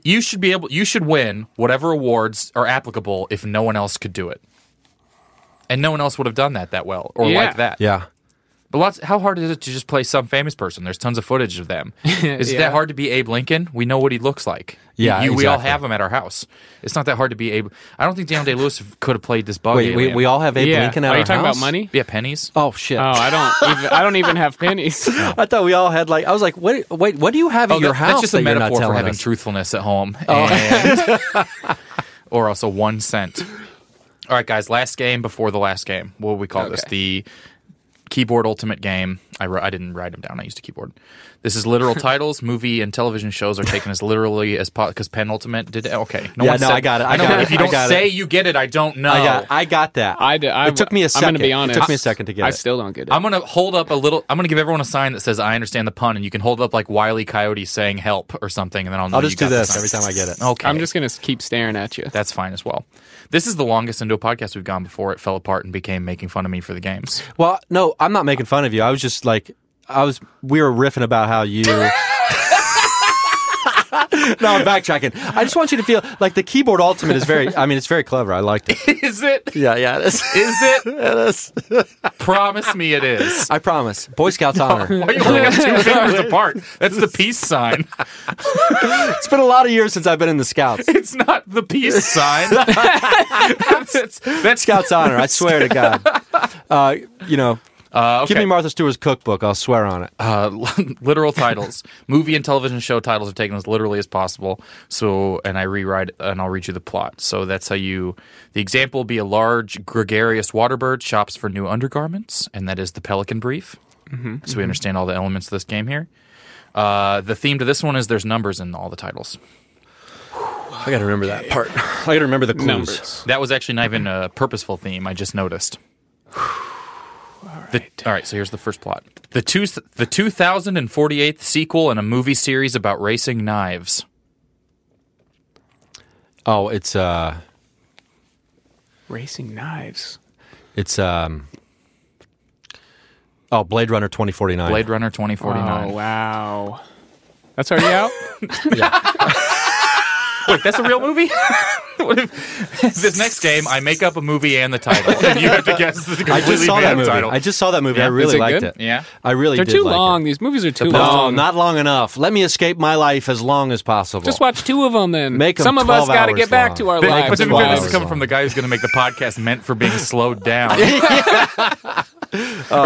Speaker 1: you should be able. You should win whatever awards are applicable if no one else could do it, and no one else would have done that that well or
Speaker 4: Yeah.
Speaker 1: like that.
Speaker 3: Yeah,
Speaker 1: But lots. How hard is it to just play some famous person? There's tons of footage of them. Is it
Speaker 4: Yeah.
Speaker 1: that hard to be Abe Lincoln? We know what he looks like.
Speaker 3: Yeah,
Speaker 1: You- we all
Speaker 3: exactly.
Speaker 1: have him at our house. It's not that hard to be Abe. I don't think Daniel Day Lewis could have played this bug.
Speaker 3: wait, we,
Speaker 1: alien.
Speaker 3: we all have Abe
Speaker 4: yeah.
Speaker 3: Lincoln at
Speaker 4: Are
Speaker 3: our
Speaker 4: you talking
Speaker 3: house?
Speaker 4: about money?
Speaker 1: yeah pennies.
Speaker 3: Oh shit!
Speaker 4: Oh, I don't. even, I don't even have pennies.
Speaker 3: I thought we all had like I was like, wait, wait, what do you have at your
Speaker 1: Oh, that-
Speaker 3: house?
Speaker 1: That's just
Speaker 3: that
Speaker 1: a
Speaker 3: you're not
Speaker 1: metaphor for
Speaker 3: telling
Speaker 1: having
Speaker 3: us? Oh.
Speaker 1: truthfulness at home, and, or also one cent. All right, guys. Last game before the last game. What would we call this? The keyboard ultimate game. I wrote, I didn't write them down. I used a keyboard. This is literal titles. Movie and television shows are taken as literally as possible because penultimate did. Okay,
Speaker 3: Yeah,
Speaker 1: one
Speaker 3: no, I got it. I
Speaker 1: know,
Speaker 3: got
Speaker 1: but
Speaker 3: it.
Speaker 1: If you
Speaker 3: I
Speaker 1: don't
Speaker 3: got it.
Speaker 1: say you get it, I don't know.
Speaker 3: I got, I got that.
Speaker 4: I d- I-
Speaker 3: it took me a
Speaker 4: I'm
Speaker 3: second.
Speaker 4: gonna be honest.
Speaker 3: It took me a second to get
Speaker 4: I
Speaker 3: it.
Speaker 4: still don't get it.
Speaker 1: I'm gonna hold up a little. I'm gonna give everyone a sign that says "I understand the pun," and you can hold up like Wiley Coyote saying "help" or something, and then I'll know.
Speaker 3: I'll
Speaker 1: you
Speaker 3: just
Speaker 1: got
Speaker 3: do
Speaker 1: the
Speaker 3: this
Speaker 1: sign.
Speaker 3: every time I get it.
Speaker 1: Okay,
Speaker 4: I'm just gonna keep staring at you.
Speaker 1: That's fine as well. This is the longest into a podcast we've gone before it fell apart and became making fun of me for the games.
Speaker 3: Well, no, I'm not making fun of you. I was just like, I was, we were riffing about how you. no, I'm backtracking. I just want you to feel like the keyboard ultimate is very, I mean, it's very clever. I liked it.
Speaker 1: Is it?
Speaker 3: Yeah, yeah, it is.
Speaker 1: Is it? Promise me it is.
Speaker 3: I promise. Boy Scouts honor.
Speaker 1: Why you only have two fingers apart? That's the peace sign.
Speaker 3: It's been a lot of years since I've been in the Scouts.
Speaker 1: It's not the peace sign. that's, that's
Speaker 3: Scouts honor. I swear to God. Uh, you know,
Speaker 1: Uh, okay.
Speaker 3: give me Martha Stewart's cookbook. I'll swear on it.
Speaker 1: uh, literal titles. Movie and television show titles are taken as literally as possible. So, and I rewrite and I'll read you the plot. So that's how you. The example will be a large gregarious water bird shops for new undergarments, and that is the pelican brief. So we understand all the elements of this game here. Uh, the theme to this one is there's numbers in all the titles.
Speaker 3: I got to remember that part. I got to remember the clues.
Speaker 7: Numbers.
Speaker 1: That was actually not even a purposeful theme. I just noticed. The- all right, so here's the first plot: the two the 2048th sequel in a movie series about racing knives.
Speaker 3: Oh, it's uh,
Speaker 4: Racing knives.
Speaker 3: it's um, oh, Blade Runner twenty forty nine.
Speaker 1: Blade Runner
Speaker 4: Oh
Speaker 1: 2049.
Speaker 4: wow, that's already out.
Speaker 1: Wait, that's a real movie? What if- this next game, I make up a movie and the title, and you have to guess the completely
Speaker 3: I just saw
Speaker 1: made-up
Speaker 3: that movie.
Speaker 1: title.
Speaker 3: I just saw that movie. I
Speaker 4: Is
Speaker 3: really
Speaker 4: it
Speaker 3: liked
Speaker 4: good?
Speaker 3: it.
Speaker 1: yeah.
Speaker 3: I really
Speaker 4: They're
Speaker 3: did
Speaker 4: too
Speaker 3: like it.
Speaker 4: long. These movies are too
Speaker 3: No,
Speaker 4: long.
Speaker 3: not long enough. Let me escape my life as long as possible.
Speaker 4: Just watch two of them then.
Speaker 3: Make 'em
Speaker 4: Some of us
Speaker 3: 12
Speaker 4: gotta
Speaker 3: hours
Speaker 4: get back
Speaker 3: long.
Speaker 4: to our
Speaker 1: But
Speaker 3: Make
Speaker 4: lives.
Speaker 1: to be
Speaker 3: Wow.
Speaker 1: fair, this is coming
Speaker 3: Wow.
Speaker 1: from the guy who's going to make the podcast meant for being slowed down or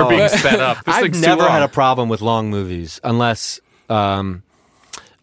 Speaker 1: being sped up. This
Speaker 3: Oh. I've
Speaker 1: thing's too
Speaker 3: never had a
Speaker 1: long.
Speaker 3: problem with long movies unless um,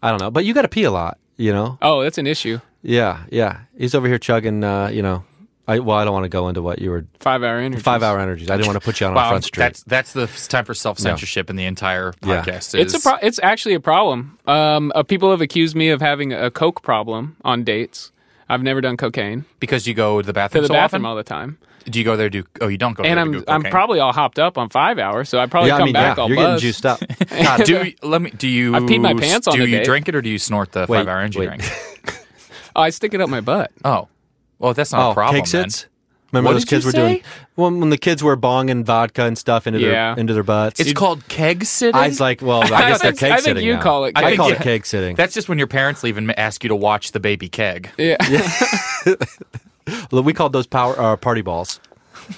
Speaker 3: I don't know. But you got to pee a lot, you know.
Speaker 4: oh, that's an issue.
Speaker 3: Yeah, yeah. He's over here chugging. Uh, you know, I well, I don't want to go into what you were
Speaker 4: Five hour energy.
Speaker 3: five hour energies. I didn't want to put you on, on
Speaker 1: Wow,
Speaker 3: front street.
Speaker 1: that's that's the f- time for self censorship in the entire
Speaker 3: Yeah.
Speaker 1: podcast.
Speaker 4: It's a
Speaker 1: is-
Speaker 4: pro- it's actually a problem. Um, uh, people have accused me of having a coke problem on dates. I've never done cocaine
Speaker 1: because you go to the
Speaker 4: to
Speaker 1: bathroom
Speaker 4: the
Speaker 1: so
Speaker 4: bathroom all
Speaker 1: often.
Speaker 4: the time,
Speaker 1: Do you go there? Do oh you don't go
Speaker 4: and
Speaker 1: there?
Speaker 4: I'm
Speaker 1: to do
Speaker 4: I'm
Speaker 1: cocaine.
Speaker 4: probably all hopped up on five hours, so I probably
Speaker 3: yeah,
Speaker 4: come
Speaker 3: I mean,
Speaker 4: back
Speaker 3: yeah,
Speaker 4: all
Speaker 3: you're
Speaker 4: buzzed.
Speaker 3: getting juiced up.
Speaker 1: God, do you- let me do you?
Speaker 4: I peed my pants
Speaker 1: do
Speaker 4: on the
Speaker 1: you
Speaker 4: date.
Speaker 1: drink it or do you snort the
Speaker 3: Wait,
Speaker 1: five hour energy
Speaker 3: wait.
Speaker 1: drink?
Speaker 4: Oh, I stick it up my butt.
Speaker 1: Oh, well, that's not
Speaker 3: Oh,
Speaker 1: a problem.
Speaker 3: cake
Speaker 1: then.
Speaker 3: sits. Remember
Speaker 4: What
Speaker 3: those
Speaker 4: did you
Speaker 3: kids were
Speaker 4: say?
Speaker 3: doing when, when the kids were bonging vodka and stuff into their
Speaker 4: Yeah.
Speaker 3: into their butts.
Speaker 1: It's called keg sitting.
Speaker 3: I was like, well, I guess they're
Speaker 4: think-
Speaker 3: cake
Speaker 4: I think
Speaker 3: sitting.
Speaker 4: you
Speaker 3: now.
Speaker 4: call it
Speaker 3: I
Speaker 1: cake-
Speaker 3: call it
Speaker 1: yeah.
Speaker 3: cake sitting.
Speaker 1: That's just when your parents leave and ma- ask you to watch the baby keg.
Speaker 4: Yeah,
Speaker 3: Well, We called those power uh, party balls.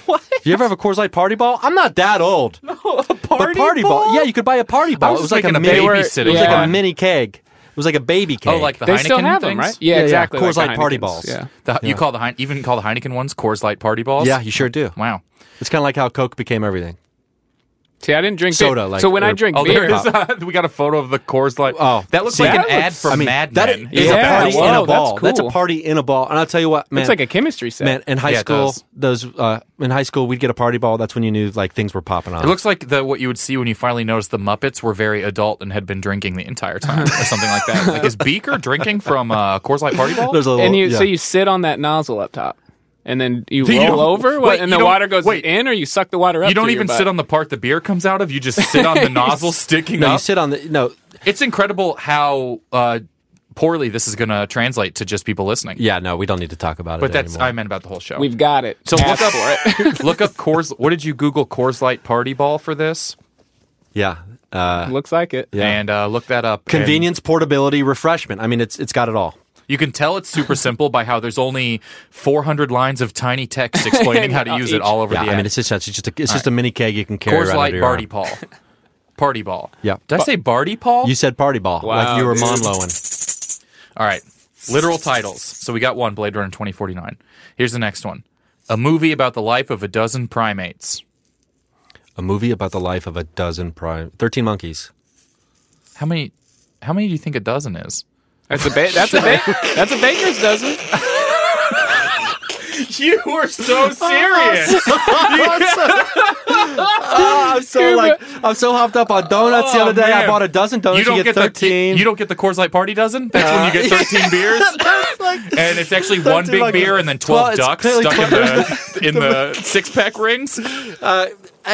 Speaker 3: What? You ever have a Coors Light party ball? I'm not that old. No, a party, but party ball? Yeah, you could buy a party ball.
Speaker 1: was
Speaker 3: Oh, it was
Speaker 1: just
Speaker 3: like a
Speaker 1: thinking
Speaker 3: mini,
Speaker 1: of
Speaker 3: it was
Speaker 1: babysitting
Speaker 3: like a
Speaker 4: one.
Speaker 3: mini keg. It was like a baby keg.
Speaker 1: Oh, like the
Speaker 4: they
Speaker 1: Heineken
Speaker 4: still have
Speaker 1: things?
Speaker 4: them, right?
Speaker 3: Yeah,
Speaker 4: Yeah,
Speaker 3: yeah.
Speaker 4: exactly.
Speaker 3: Coors
Speaker 4: like
Speaker 3: Light
Speaker 4: the
Speaker 3: party
Speaker 4: Heinekens.
Speaker 3: balls.
Speaker 4: Yeah.
Speaker 1: The- You call the Heine- even call the Heineken ones Coors Light party balls.
Speaker 3: yeah, you sure do.
Speaker 1: Wow.
Speaker 3: It's kind of like how Coke became everything.
Speaker 4: See, I didn't drink
Speaker 3: Soda,
Speaker 4: beer.
Speaker 3: like-
Speaker 4: so when I
Speaker 3: or-
Speaker 4: drink
Speaker 1: Oh, there
Speaker 4: beer,
Speaker 1: it is. we got a photo of the Coors Light.
Speaker 3: Oh,
Speaker 1: that looks
Speaker 3: see,
Speaker 1: like an
Speaker 4: that
Speaker 1: ad
Speaker 4: looks-
Speaker 1: for
Speaker 3: I mean,
Speaker 1: Mad
Speaker 3: that
Speaker 1: Men.
Speaker 3: is
Speaker 4: Yeah,
Speaker 3: a party in
Speaker 4: whoa,
Speaker 3: a ball.
Speaker 4: that's
Speaker 3: a
Speaker 4: cool.
Speaker 3: party in a ball. And I'll tell you what, man.
Speaker 4: it's like a chemistry set.
Speaker 3: man. In high
Speaker 1: Yeah, it
Speaker 3: school,
Speaker 1: does.
Speaker 3: those uh, in high school, we'd get a party ball. That's when you knew like things were popping off.
Speaker 1: It looks like the what you would see when you finally noticed the Muppets were very adult and had been drinking the entire time, or something like that. Like is Beaker drinking from uh, Coors Light party ball?
Speaker 3: There's a little,
Speaker 4: and you
Speaker 3: yeah.
Speaker 4: so you sit on that nozzle up top, and then you
Speaker 1: you
Speaker 4: roll
Speaker 1: don't-
Speaker 4: over,
Speaker 1: wait,
Speaker 4: and
Speaker 1: you
Speaker 4: the
Speaker 1: don't-
Speaker 4: water goes
Speaker 1: wait.
Speaker 4: in, or you suck the water up.
Speaker 1: you don't
Speaker 4: through your
Speaker 1: even
Speaker 4: butt.
Speaker 1: sit on the part the beer comes out of. You just sit on the nozzle sticking
Speaker 3: no,
Speaker 1: up.
Speaker 3: you sit on the no.
Speaker 1: it's incredible how uh, poorly this is going to translate to just people listening.
Speaker 3: Yeah, no, we don't need to talk about it.
Speaker 1: but that's
Speaker 3: anymore.
Speaker 1: I meant about the whole show.
Speaker 4: We've got it.
Speaker 1: so look
Speaker 4: Ask
Speaker 1: up
Speaker 4: for it.
Speaker 1: look up Coors. What did you Google Coors Light party ball for this?
Speaker 3: yeah. Uh,
Speaker 4: Looks like it.
Speaker 3: Yeah.
Speaker 1: And uh, look that up. and-
Speaker 3: Convenience, portability, refreshment. I mean, it's it's got it all.
Speaker 1: You can tell it's super simple by how there's only 400 lines of tiny text explaining how to use it all over
Speaker 3: Yeah,
Speaker 1: the
Speaker 3: I
Speaker 1: app.
Speaker 3: mean, it's just it's just a, it's just a mini keg you can carry
Speaker 1: Coors
Speaker 3: around
Speaker 1: Light
Speaker 3: under your
Speaker 1: Barty
Speaker 3: arm.
Speaker 1: Paul. Party ball.
Speaker 3: Yeah.
Speaker 1: Did I say Barty Paul?
Speaker 3: You said party ball, like you were monlowing.
Speaker 1: All right. Literal titles. So we got one Blade Runner 2049. Here's the next one A movie about the life of a dozen primates.
Speaker 3: A movie about the life of a dozen prime thirteen monkeys.
Speaker 1: How many. How many do you think a dozen is?
Speaker 4: That's a ba- that's a ba- that's a baker's dozen.
Speaker 1: You were
Speaker 3: Oh,
Speaker 1: so serious.
Speaker 3: I'm so like I'm so hopped up on donuts the
Speaker 1: Oh,
Speaker 3: other day. I
Speaker 1: man.
Speaker 3: bought a dozen donuts.
Speaker 1: you don't get,
Speaker 3: thirteen.
Speaker 1: the you don't get the Coors Light party dozen. That's when you get 13 beers. and it's actually one
Speaker 3: 13
Speaker 1: big
Speaker 3: like-
Speaker 1: beer and then 12
Speaker 3: Well, it's
Speaker 1: ducks
Speaker 3: clearly
Speaker 1: stuck in the, in the six pack rings.
Speaker 3: Uh,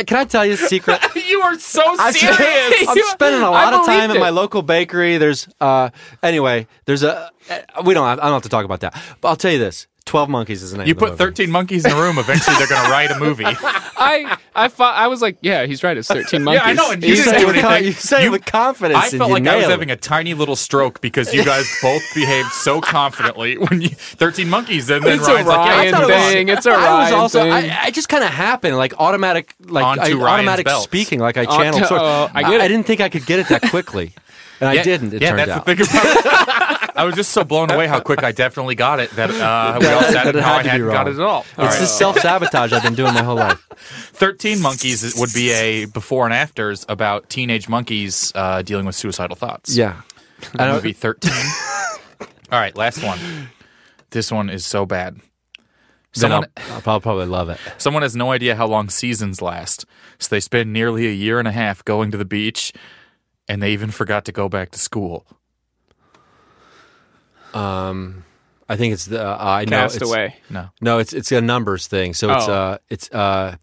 Speaker 3: Can I tell you a secret?
Speaker 1: You are so
Speaker 3: I'm sp-
Speaker 1: serious.
Speaker 3: I'm spending a lot of
Speaker 4: believed
Speaker 3: time at
Speaker 4: it.
Speaker 3: my local bakery. There's uh anyway, there's a uh, we don't have, I don't have to talk about that. But I'll tell you this. 12 Monkeys is the name
Speaker 1: you
Speaker 3: of the
Speaker 1: put
Speaker 3: movie.
Speaker 1: 13 monkeys in a room, eventually they're going to write a movie.
Speaker 4: I I thought I was like, yeah, he's right. It's thirteen monkeys.
Speaker 1: Yeah, I know. And
Speaker 3: You
Speaker 1: you didn't
Speaker 3: say, it
Speaker 1: do
Speaker 3: with, con-
Speaker 1: anything.
Speaker 3: you say it
Speaker 1: You-
Speaker 3: with confidence.
Speaker 1: I
Speaker 3: and
Speaker 1: felt
Speaker 3: you
Speaker 1: like I was
Speaker 3: nailed it.
Speaker 1: having a tiny little stroke because you guys both behaved so confidently when you 13 monkeys and then
Speaker 4: It's a
Speaker 1: Ryan's like, yeah,
Speaker 4: Ryan
Speaker 1: I thought it was-
Speaker 4: thing. It's a
Speaker 3: I was
Speaker 4: Ryan
Speaker 3: also.
Speaker 4: thing.
Speaker 3: I, I just kind of happened like automatic, like
Speaker 1: Onto
Speaker 3: I,
Speaker 1: Ryan's
Speaker 3: automatic
Speaker 1: belts.
Speaker 3: speaking. Like I
Speaker 4: Onto-
Speaker 3: channeled. sort of-
Speaker 4: oh, I get it.
Speaker 3: didn't think I could get it that quickly, and I
Speaker 1: Yeah,
Speaker 3: didn't. It
Speaker 1: yeah,
Speaker 3: turned
Speaker 1: that's
Speaker 3: out.
Speaker 1: the thing about I was just so blown away how quick I definitely got it that uh, we all sat
Speaker 3: That it
Speaker 1: and how
Speaker 3: had
Speaker 1: I
Speaker 3: to be
Speaker 1: hadn't got
Speaker 3: wrong.
Speaker 1: it at all. all
Speaker 3: It's
Speaker 1: right.
Speaker 3: the self sabotage I've been doing my whole life.
Speaker 1: 13 Monkeys would be a before and afters about teenage monkeys uh, dealing with suicidal thoughts.
Speaker 3: Yeah.
Speaker 1: I know. Movie 13. All right, last one. This one is so bad.
Speaker 3: Then I'll,
Speaker 1: Someone,
Speaker 3: I'll prob- probably love it.
Speaker 1: someone has no idea how long seasons last, so they spend nearly a year and a half going to the beach, and they even forgot to go back to school.
Speaker 3: Um, I think it's the uh, I know
Speaker 4: Cast
Speaker 3: it's,
Speaker 4: away.
Speaker 1: No.
Speaker 3: No, it's it's a numbers thing. So it's
Speaker 4: Oh.
Speaker 3: uh it's uh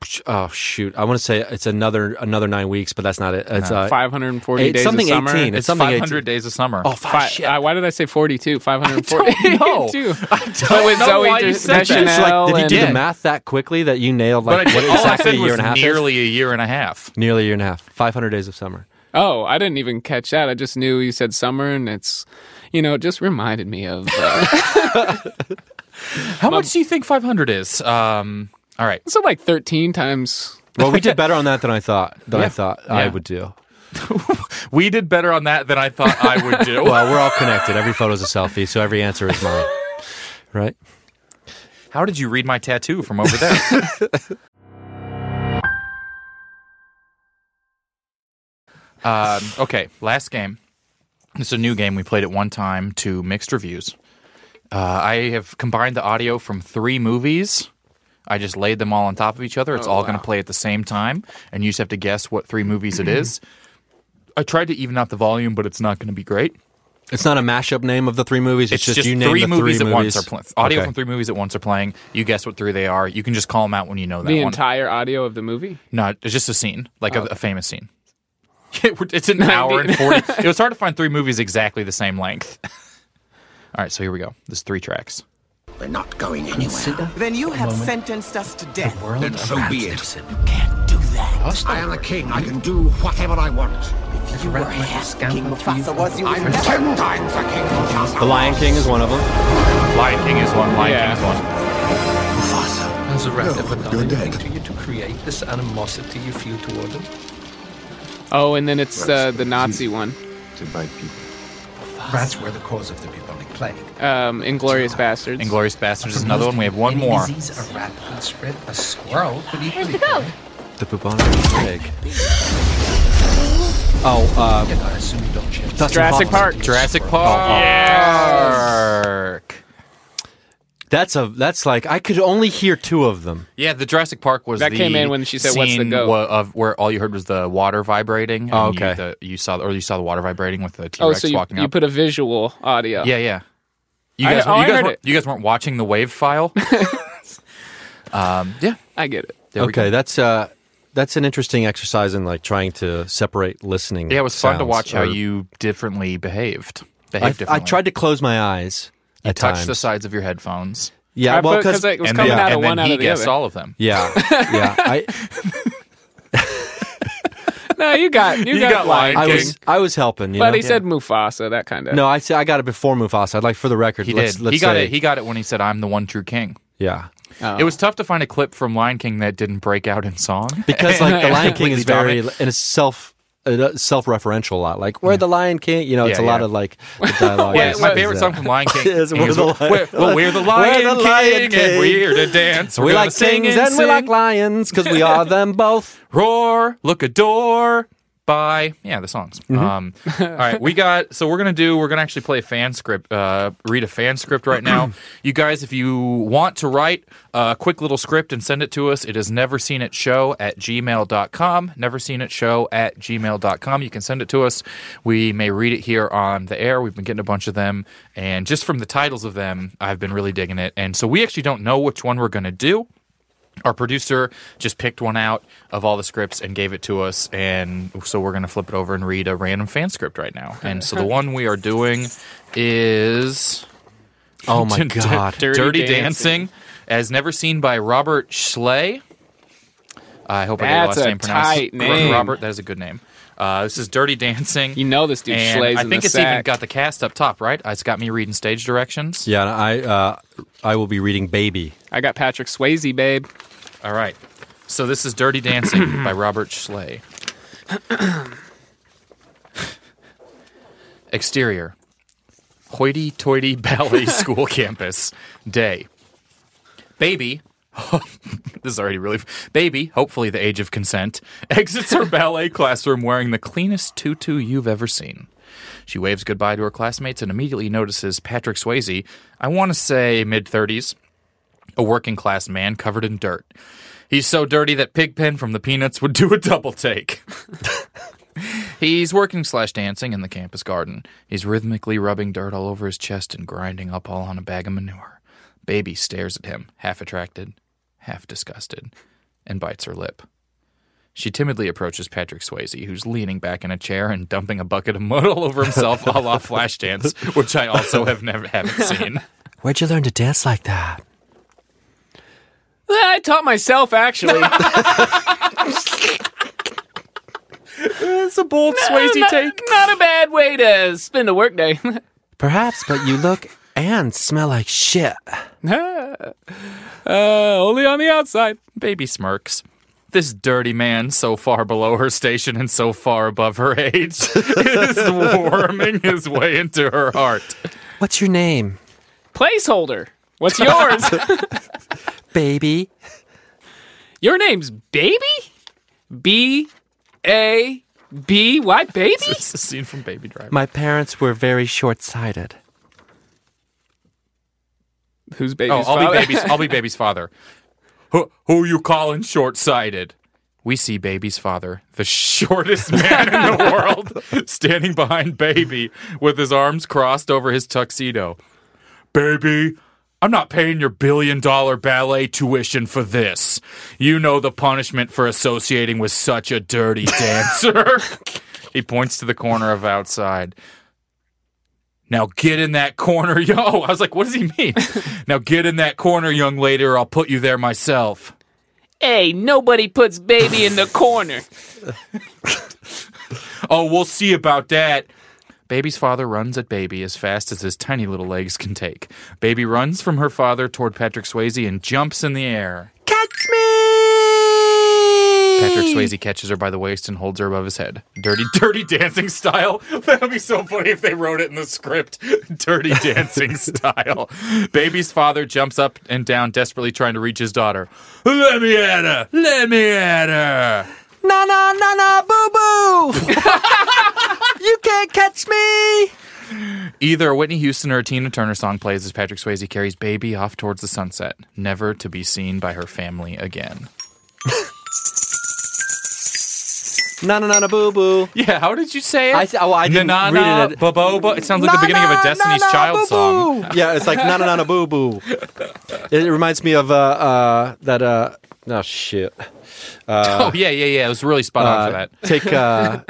Speaker 3: psh, oh shoot, I want to say it's another another nine weeks, but that's not it. It's uh,
Speaker 4: 540
Speaker 3: Eight-
Speaker 4: days
Speaker 3: something
Speaker 4: of summer.
Speaker 3: 18. It's
Speaker 1: It's
Speaker 3: something
Speaker 1: 500 days of summer.
Speaker 3: oh
Speaker 4: Fi-
Speaker 3: fuck, shit.
Speaker 4: uh, why did I say 42? 540.
Speaker 1: I don't know.
Speaker 4: But with
Speaker 1: know
Speaker 4: Zoe
Speaker 1: why you
Speaker 4: De-
Speaker 1: said that.
Speaker 3: It's like, did you
Speaker 4: Deschanel
Speaker 3: do
Speaker 4: and-
Speaker 3: the math that quickly that you nailed
Speaker 1: but
Speaker 3: like
Speaker 1: I
Speaker 3: what
Speaker 1: did, all I
Speaker 3: exactly
Speaker 1: said
Speaker 3: a year
Speaker 1: was
Speaker 3: and a half? is?
Speaker 1: nearly a year and a half.
Speaker 3: nearly a year and a half. Five hundred days of summer.
Speaker 4: Oh, I didn't even catch that. I just knew you said summer, and it's, you know, it just reminded me of. Uh,
Speaker 1: How much do you think 500 is? Um, all right.
Speaker 4: so like 13 times.
Speaker 3: Well, we did better on that than I thought than I thought I
Speaker 1: Yeah.
Speaker 3: would do.
Speaker 1: We did better on that than I thought I would do.
Speaker 3: Well, we're all connected. Every photo's a selfie, so every answer is mine. Right?
Speaker 1: How did you read my tattoo from over there? um, okay, last game. It's a new game we played at one time to mixed reviews. Uh, I have combined the audio from three movies. I just laid them all on top of each other. It's all going to play at the same time, and you just have to guess what three movies it is. I tried to even out the volume, but it's not going to be great.
Speaker 3: It's not a mashup name of the three movies. It's,
Speaker 1: It's just,
Speaker 3: you name
Speaker 1: three
Speaker 3: the
Speaker 1: movies
Speaker 3: three
Speaker 1: at
Speaker 3: movies.
Speaker 1: once are playing. Audio
Speaker 3: Okay.
Speaker 1: from three movies at once are playing. You guess what three they are. You can just call them out when you know that
Speaker 4: The
Speaker 1: one.
Speaker 4: entire audio of the movie?
Speaker 1: no, it's just a scene, like a, a famous scene. it's an hour
Speaker 4: Ninety-
Speaker 1: and forty. it was hard to find three movies exactly the same length. All right, so here we go. There's three tracks.
Speaker 6: We're not going anywhere.
Speaker 8: Then you have sentenced us to death.
Speaker 6: Then so be it.
Speaker 8: Can't do that.
Speaker 6: I am a king. I can do whatever I want.
Speaker 8: You were half King Mufasa, was you?
Speaker 6: I'm ten times the king. of Shazam.
Speaker 3: The Lion King is one of them.
Speaker 1: Lion King is one. Lion
Speaker 4: Yeah.
Speaker 1: King is one.
Speaker 9: As a rat of
Speaker 6: you're
Speaker 9: another
Speaker 6: dead.
Speaker 9: to you to create this animosity you feel toward them?
Speaker 4: Oh, and then it's uh, the Nazi one,
Speaker 9: Rats were the cause of the bubonic plague.
Speaker 4: um, Inglorious Bastards.
Speaker 1: Inglorious Bastards is another one. We have one more.
Speaker 9: Disease a rat could spread, a squirrel could equally
Speaker 3: The bubonic plague. Oh, uh,
Speaker 9: spread. I assume you don't share the
Speaker 3: Dustin
Speaker 4: Jurassic
Speaker 3: Hoffman.
Speaker 4: Park. Oh,
Speaker 1: Jurassic Park.
Speaker 3: That's a that's like I could only hear two of them.
Speaker 1: Yeah, the Jurassic Park was
Speaker 4: That
Speaker 1: the
Speaker 4: came in when she said, "What's the
Speaker 1: scene
Speaker 4: go?"
Speaker 1: wa- of where all you heard was the water vibrating.
Speaker 3: Oh,
Speaker 1: and you-
Speaker 3: okay.
Speaker 1: the- You, saw or you saw the water vibrating with the T
Speaker 4: Oh,
Speaker 1: Rex
Speaker 4: so you,
Speaker 1: walking
Speaker 4: you
Speaker 1: up.
Speaker 4: put a visual audio.
Speaker 1: yeah, yeah. You
Speaker 4: I-
Speaker 1: guys,
Speaker 4: oh,
Speaker 1: you, guys
Speaker 4: I heard
Speaker 1: weren't,
Speaker 4: it.
Speaker 1: you guys weren't watching the wave file. um, yeah.
Speaker 4: I get it.
Speaker 1: There we
Speaker 3: okay,
Speaker 1: go.
Speaker 3: that's uh that's an interesting exercise in like trying to separate listening.
Speaker 1: Yeah, it was fun to
Speaker 3: sounds,
Speaker 1: watch how
Speaker 3: or-
Speaker 1: you differently behaved.
Speaker 3: I,
Speaker 1: Behaved
Speaker 3: I
Speaker 1: differently.
Speaker 3: tried to close my eyes.
Speaker 1: You
Speaker 3: at
Speaker 1: touched
Speaker 3: times.
Speaker 1: the sides of your headphones,
Speaker 3: Yeah,
Speaker 4: I
Speaker 3: well,
Speaker 4: put-
Speaker 3: 'cause-
Speaker 4: I- It was
Speaker 1: and
Speaker 4: coming
Speaker 1: then,
Speaker 4: out of
Speaker 1: and then
Speaker 4: one, out
Speaker 1: he
Speaker 4: of the
Speaker 1: guessed
Speaker 4: other.
Speaker 1: all of them.
Speaker 3: yeah, yeah. I,
Speaker 4: No, you got you, got,
Speaker 1: got Lion
Speaker 4: Lion
Speaker 3: I
Speaker 4: King.
Speaker 1: King.
Speaker 3: was I was helping. You
Speaker 4: But
Speaker 3: know?
Speaker 4: he said Mufasa, that kind of.
Speaker 3: no. I said I got it before Mufasa. I'd like for the record.
Speaker 1: He
Speaker 3: let's,
Speaker 1: did.
Speaker 3: Let's
Speaker 1: he got
Speaker 3: say-
Speaker 1: it. He got it when he said, "I'm the one true king."
Speaker 3: yeah.
Speaker 4: Oh.
Speaker 1: It was tough to find a clip from Lion King that didn't break out in song.
Speaker 3: because like the Lion
Speaker 1: Completely
Speaker 3: King is very and it's self uh, self-referential a lot. Like we're the Lion King, you know, it's
Speaker 1: Yeah,
Speaker 3: a lot
Speaker 1: yeah.
Speaker 3: of like the dialogue.
Speaker 1: Yeah,
Speaker 3: is-
Speaker 1: my
Speaker 3: is
Speaker 1: favorite
Speaker 3: that.
Speaker 1: song from Lion King.
Speaker 3: Is
Speaker 1: He
Speaker 3: We're
Speaker 1: goes,
Speaker 3: the
Speaker 1: we're,
Speaker 3: Lion-
Speaker 1: well, we're the Lion,
Speaker 3: the
Speaker 1: King,
Speaker 3: Lion
Speaker 1: and
Speaker 3: King."
Speaker 1: we're to dance. We're
Speaker 3: We
Speaker 1: gonna
Speaker 3: like
Speaker 1: sing
Speaker 3: things
Speaker 1: and,
Speaker 3: and we like
Speaker 1: sing.
Speaker 3: lions because we are them both.
Speaker 1: roar, look adore. By yeah, the songs. Um, all right, we got. So we're gonna do. We're gonna actually play a fan script. Uh, read a fan script right now, you guys. If you want to write a quick little script and send it to us, it is never seen it show at gmail.com. Never seen it show at gmail.com. You can send it to us. We may read it here on the air. We've been getting a bunch of them, and just from the titles of them, I've been really digging it. And so we actually don't know which one we're gonna do our producer just picked one out of all the scripts and gave it to us and so we're going to flip it over and read a random fan script right now and so the one we are doing is
Speaker 3: Oh my
Speaker 1: D-
Speaker 3: god!
Speaker 1: dirty,
Speaker 4: Dirty
Speaker 1: dancing. as never seen by robert schley i hope i
Speaker 4: That's
Speaker 1: got the last
Speaker 4: a
Speaker 1: name pronounced
Speaker 4: tight name.
Speaker 1: robert that is a good name uh, this is dirty dancing
Speaker 4: You know this dude
Speaker 1: and
Speaker 4: slays
Speaker 1: i
Speaker 4: in
Speaker 1: think
Speaker 4: the
Speaker 1: it's even
Speaker 4: sack.
Speaker 1: got the cast up top right it's got me reading stage directions
Speaker 3: Yeah, and I uh, I will be reading Baby.
Speaker 4: I got Patrick Swayze, babe.
Speaker 1: All right. So this is Dirty Dancing by Robert Schley. Exterior hoity toity ballet school campus day. Baby, this is already really. Baby, hopefully the age of consent, exits her ballet classroom wearing the cleanest tutu you've ever seen. She waves goodbye to her classmates and immediately notices Patrick Swayze, I want to say mid 30s, a working class man covered in dirt. He's so dirty that Pigpen from the Peanuts would do a double take. He's working slash dancing in the campus garden. He's rhythmically rubbing dirt all over his chest and grinding up all on a bag of manure. Baby stares at him, half attracted, half disgusted, and bites her lip. She timidly approaches Patrick Swayze, who's leaning back in a chair and dumping a bucket of mud all over himself, a la Flashdance, which I also have never haven't seen.
Speaker 3: Where'd you learn to dance like that?
Speaker 4: I taught myself actually.
Speaker 1: It's a bold Swayze
Speaker 4: not, not a bad way to spend a workday.
Speaker 3: Perhaps, but you look and smell like shit.
Speaker 1: only on the outside. Baby smirks. This dirty man, so far below her station and so far above her age, is worming his way into her heart.
Speaker 3: What's your name,
Speaker 4: Placeholder. What's yours?
Speaker 3: baby?
Speaker 4: Your name's Baby? B A B Y Baby?
Speaker 1: This is a scene from Baby Driver.
Speaker 3: My parents were very short sighted.
Speaker 4: Who's baby's
Speaker 1: oh, I'll
Speaker 4: father?
Speaker 1: be baby's. I'll be baby's father. Who, who you calling short-sighted? We see baby's father, the shortest man in the world, standing behind baby with his arms crossed over his tuxedo. Baby, I'm not paying your billion-dollar ballet tuition for this. You know the punishment for associating with such a dirty dancer. he points to the corner of outside. Now get in that corner, yo. I was like, what does he mean? now get in that corner, young lady, or I'll put you there myself.
Speaker 4: Hey, nobody puts baby in the corner.
Speaker 1: Oh, we'll see about that. Baby's father runs at Baby as fast as his tiny little legs can take. Baby runs from her father toward Patrick Swayze and jumps in the air. Catch me! Patrick Swayze catches her by the waist and holds her above his head. Dirty, dirty dancing style. That would be so funny if they wrote it in the script. Dirty dancing style. Baby's father jumps up and down, desperately trying to reach his daughter. Let me at her! Let me at her!
Speaker 3: Na na na na boo boo! you can't catch me!
Speaker 1: Either a Whitney Houston or a Tina Turner song plays as Patrick Swayze carries Baby off towards the sunset, never to be seen by her family again.
Speaker 3: Na na na na boo boo.
Speaker 1: Yeah, how did you say it?
Speaker 3: I th- oh, I didn't read it
Speaker 1: Na-na-na,
Speaker 3: at-
Speaker 1: ba-bo-ba. It sounds like the beginning of a Destiny's Child song.
Speaker 3: Yeah, it's like na na na na boo boo. It reminds me of uh, uh, that. Uh, oh shit!
Speaker 1: oh, yeah, yeah, yeah. It was really spot on
Speaker 3: Uh,
Speaker 1: for that.
Speaker 3: Take uh,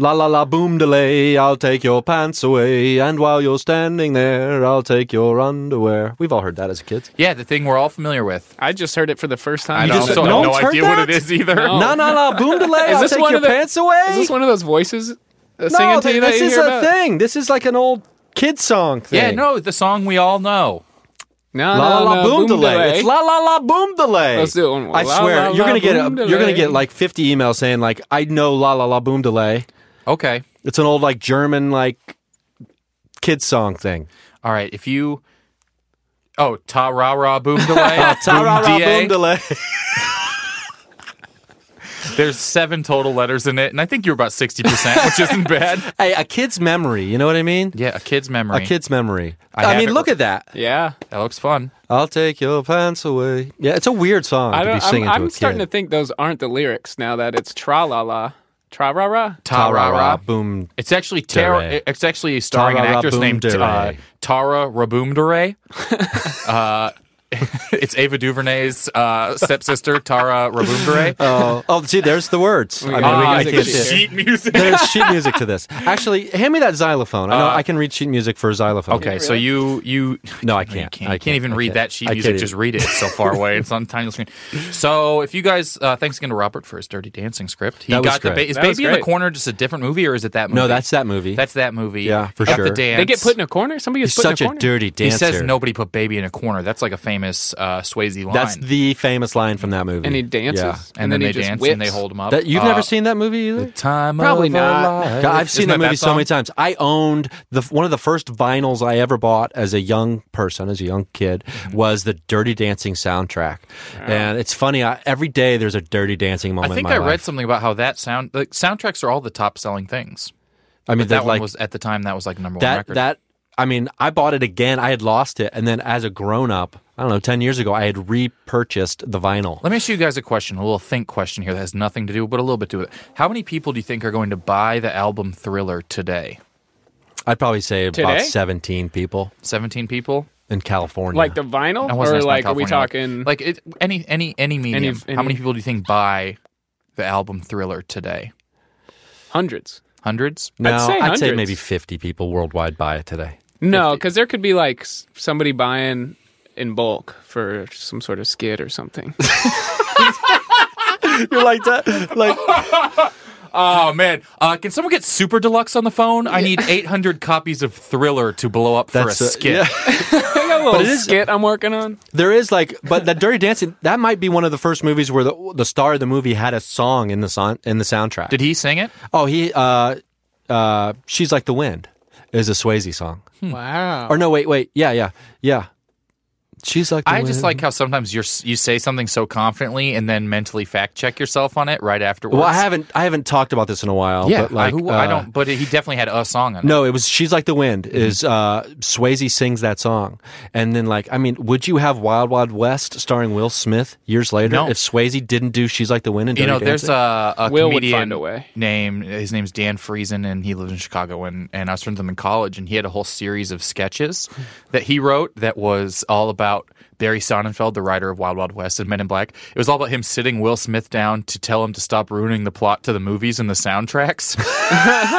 Speaker 3: la la la boom delay. I'll take your pants away, and while you're standing there, I'll take your underwear. We've all heard that as kids.
Speaker 1: Yeah, the thing we're all familiar with.
Speaker 4: I just heard it for the first time.
Speaker 1: I
Speaker 3: just-
Speaker 1: also
Speaker 3: no
Speaker 1: have
Speaker 3: one's
Speaker 1: no
Speaker 3: heard
Speaker 1: idea what
Speaker 3: that?
Speaker 1: it is either.
Speaker 3: Na na la boom delay.
Speaker 4: Oh. Is
Speaker 3: I'll
Speaker 4: this
Speaker 3: take
Speaker 4: one
Speaker 3: your
Speaker 4: of the-
Speaker 3: pants away.
Speaker 4: Is this one of those voices uh,
Speaker 3: no,
Speaker 4: singing to
Speaker 3: th-
Speaker 4: you that
Speaker 3: this
Speaker 4: you
Speaker 3: is
Speaker 4: hear
Speaker 3: a
Speaker 4: about?
Speaker 3: thing. This is like an old kid song thing.
Speaker 1: Yeah, no, the song we all know.
Speaker 4: No,
Speaker 3: La la
Speaker 4: no,
Speaker 3: la
Speaker 4: no,
Speaker 3: boom, delay. It's la la la boom delay.
Speaker 4: Let's do it one more.
Speaker 3: I
Speaker 4: La
Speaker 3: swear
Speaker 4: la
Speaker 3: you're
Speaker 4: la
Speaker 3: gonna get a,
Speaker 4: boom
Speaker 3: you're gonna get
Speaker 4: delay.
Speaker 3: like 50 emails saying like I know la la la boom delay.
Speaker 1: Okay.
Speaker 3: It's an old like German like kid song thing.
Speaker 1: All right, if you. Oh, ta ra ra boom delay.
Speaker 3: Ta ra ra
Speaker 1: DA.
Speaker 3: boom delay.
Speaker 1: There's seven total letters in it, and I think you're about 60%, which isn't bad.
Speaker 3: hey, a kid's memory. You know what I mean?
Speaker 1: Yeah, a kid's memory.
Speaker 3: A kid's memory.
Speaker 1: I
Speaker 3: I,
Speaker 1: have
Speaker 3: mean,
Speaker 1: it.
Speaker 3: look at that.
Speaker 4: Yeah,
Speaker 1: That looks fun.
Speaker 3: I'll take your pants away. Yeah, it's a weird song to
Speaker 4: I
Speaker 3: be
Speaker 4: don't.
Speaker 3: singing
Speaker 4: I'm,
Speaker 3: to a
Speaker 4: I'm
Speaker 3: kid.
Speaker 4: starting to think those aren't the lyrics now that it's tra la la, tra ra ra.
Speaker 1: Ta ra ra.
Speaker 3: boom.
Speaker 1: It's actually Tara.
Speaker 3: Duray.
Speaker 1: It's actually starring an
Speaker 3: Tara
Speaker 1: actress
Speaker 3: Raboom
Speaker 1: named uh,
Speaker 3: Duray.
Speaker 1: Tara Raboomdere. uh, it's Ava DuVernay's uh, stepsister, Tara Raboomdere.
Speaker 3: Oh, oh, see, there's the words. I mean,
Speaker 4: got
Speaker 3: we
Speaker 4: Ah,
Speaker 3: I
Speaker 4: it's
Speaker 3: can't see
Speaker 4: good
Speaker 3: it.
Speaker 4: shit.
Speaker 1: sheet music.
Speaker 3: There's sheet music to this. Actually, hand me that xylophone. I
Speaker 4: Uh,
Speaker 3: know I can read sheet music for a xylophone.
Speaker 1: Okay, so you you
Speaker 3: No, I
Speaker 1: you
Speaker 3: can't.
Speaker 1: can't,
Speaker 3: I
Speaker 1: you can't even
Speaker 3: I
Speaker 1: read
Speaker 3: can't.
Speaker 1: that sheet
Speaker 3: I
Speaker 1: music.
Speaker 3: can't
Speaker 1: Just
Speaker 3: even-
Speaker 1: read it. It's so far away. It's on tiny little screen. So if you guys, uh, thanks again to Robert for his dirty dancing script. He
Speaker 3: That was
Speaker 1: got the
Speaker 3: great.
Speaker 1: ba- is
Speaker 4: That was
Speaker 1: Baby in the
Speaker 4: great.
Speaker 1: Corner just a different movie or is it that movie?
Speaker 3: No, that's that movie.
Speaker 1: that's that movie.
Speaker 3: Yeah, for
Speaker 1: Got
Speaker 3: sure.
Speaker 1: The dance.
Speaker 4: They get put in a corner. Somebody gets
Speaker 3: He's
Speaker 4: put
Speaker 3: such
Speaker 4: in
Speaker 3: a
Speaker 4: a corner.
Speaker 3: dirty
Speaker 1: He
Speaker 3: dancer.
Speaker 1: says nobody put baby in a corner. That's like a famous uh, Swayze line.
Speaker 3: That's the famous line from that movie.
Speaker 4: and he dances,
Speaker 3: Yeah.
Speaker 1: and, then,
Speaker 4: he
Speaker 1: they
Speaker 4: just
Speaker 1: dance
Speaker 4: whips.
Speaker 1: and they hold him up.
Speaker 3: That, you've
Speaker 1: Uh,
Speaker 3: never seen that movie either?
Speaker 1: time.
Speaker 4: Probably
Speaker 1: of our
Speaker 4: not.
Speaker 1: life.
Speaker 3: God, I've seen
Speaker 1: Isn't
Speaker 3: that, movie so
Speaker 1: song?
Speaker 3: many times. I owned the one of the first vinyls I ever bought as a young person, as a young kid,
Speaker 1: Mm-hmm.
Speaker 3: was the Dirty Dancing soundtrack. And it's funny, I, every day there's a Dirty Dancing
Speaker 1: I
Speaker 3: moment.
Speaker 1: think
Speaker 3: in my
Speaker 1: I read
Speaker 3: life.
Speaker 1: something about how that sound like soundtracks are all the top selling things.
Speaker 3: I mean,
Speaker 1: That
Speaker 3: they're
Speaker 1: one
Speaker 3: like
Speaker 1: was at the time that was like number one
Speaker 3: that
Speaker 1: record.
Speaker 3: that I mean, I bought it again. I had lost it, and then as a grown up, I don't know, ten years ago, I had repurchased the vinyl.
Speaker 1: Let me ask you guys a question, a little think question here that has nothing to do, but a little bit to it. How many people do you think are going to buy the album Thriller today?
Speaker 3: I'd probably say about
Speaker 4: Today?
Speaker 3: seventeen people
Speaker 1: Seventeen people.
Speaker 3: in California.
Speaker 4: like the vinyl,
Speaker 1: I wasn't
Speaker 4: or
Speaker 1: asking about
Speaker 4: like are we
Speaker 1: California,
Speaker 4: talking?
Speaker 1: like, like it, any any any medium? How
Speaker 4: any-
Speaker 1: many people do you think buy the album Thriller today?
Speaker 4: hundreds.
Speaker 1: Hundreds.
Speaker 3: no,
Speaker 4: I'd say hundreds.
Speaker 3: maybe fifty people worldwide buy it today.
Speaker 4: No, because there could be like s- somebody buying in bulk for some sort of skit or something.
Speaker 3: You're like that, like
Speaker 1: Oh man, uh, can someone get Super Deluxe on the phone? I need eight hundred copies of Thriller to blow up for
Speaker 3: That's
Speaker 1: a
Speaker 3: a-
Speaker 1: skit.
Speaker 3: yeah.
Speaker 4: I got a little
Speaker 3: it is-
Speaker 4: skit I'm working on.
Speaker 3: There is like, but that Dirty Dancing that might be one of the first movies where the the star of the movie had a song in the son, in the soundtrack.
Speaker 1: Did he sing it?
Speaker 3: oh, he uh, uh, she's like the wind is a Swayze song.
Speaker 4: Wow.
Speaker 3: Or no, wait, wait, yeah, yeah, yeah. She's like the
Speaker 1: I just
Speaker 3: wind.
Speaker 1: like how sometimes you you say something so confidently and then mentally fact check yourself on it right afterwards.
Speaker 3: Well, I haven't I haven't talked about this in a while.
Speaker 1: Yeah,
Speaker 3: but like
Speaker 1: I, who, I
Speaker 3: uh,
Speaker 1: don't. Mm-hmm. But he definitely had a song on it.
Speaker 3: No, it was she's like the wind. Is uh, Swayze sings that song, and then like I mean, would you have Wild Wild West starring Will Smith years later
Speaker 1: No.
Speaker 3: if Swayze didn't do She's Like the Wind? And
Speaker 1: you
Speaker 3: Dirty
Speaker 1: know, there's
Speaker 3: Dancing?
Speaker 1: a, a
Speaker 4: Will would
Speaker 1: comedian
Speaker 4: find a way.
Speaker 1: name. His name's Dan Friesen, and he lived in Chicago. And, and I was friends with him in college, and he had a whole series of sketches that he wrote that was all about Barry Sonnenfeld, the writer of Wild Wild West and Men in Black. It was all about him sitting Will Smith down to tell him to stop ruining the plot to the movies and the soundtracks.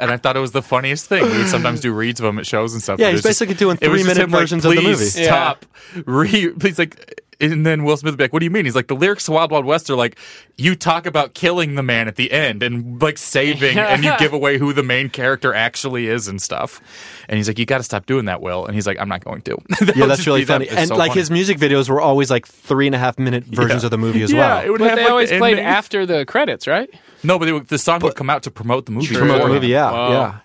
Speaker 1: And I thought it was the funniest thing. We would sometimes do reads of him at shows and stuff.
Speaker 3: Yeah,
Speaker 1: It
Speaker 3: he's
Speaker 1: was just-
Speaker 3: basically doing
Speaker 1: it was just
Speaker 3: three-minute
Speaker 1: him like,
Speaker 3: versions of the
Speaker 1: "Please
Speaker 3: movie." Yeah.
Speaker 1: Stop. Re- please like. And then Will Smith would be like, "What do you mean?" He's like, "The lyrics to Wild Wild West are like, you talk about killing the man at the end and like saving, and you give away who the main character actually is and stuff." And he's like, "You got to stop doing that, Will." And he's like, "I'm not going to." That
Speaker 3: yeah,
Speaker 1: would
Speaker 3: that's
Speaker 1: just
Speaker 3: really
Speaker 1: be them.
Speaker 3: funny.
Speaker 1: It's
Speaker 3: And
Speaker 1: so
Speaker 3: like
Speaker 1: funny.
Speaker 3: his music videos were always like three and a half minute versions of the movie as
Speaker 1: yeah,
Speaker 3: well.
Speaker 1: it would
Speaker 4: But
Speaker 1: have
Speaker 4: they
Speaker 1: like,
Speaker 4: always
Speaker 1: the
Speaker 4: played
Speaker 1: ending.
Speaker 4: after the credits, right?
Speaker 1: No, but, they would, the song would come out to promote the movie.
Speaker 3: Promote the
Speaker 1: beforehand.
Speaker 3: movie, yeah,
Speaker 4: Wow.
Speaker 3: yeah.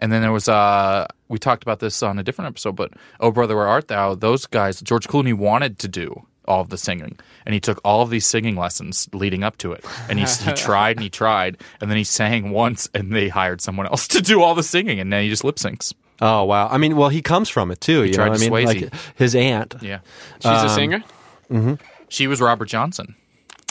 Speaker 1: And then there was uh we talked about this on a different episode, but Oh Brother Where Art Thou, those guys George Clooney wanted to do all of the singing. And he took all of these singing lessons leading up to it. And he, he tried and he tried. And then he sang once and they hired someone else to do all the singing. And now he just lip syncs.
Speaker 3: Oh wow! I mean, well, he comes from it too. you
Speaker 1: tried
Speaker 3: know what I
Speaker 1: to
Speaker 3: mean?
Speaker 1: Swayze.
Speaker 3: Like his aunt.
Speaker 1: Yeah.
Speaker 4: She's
Speaker 1: Um,
Speaker 4: a singer.
Speaker 1: She was Robert Johnson.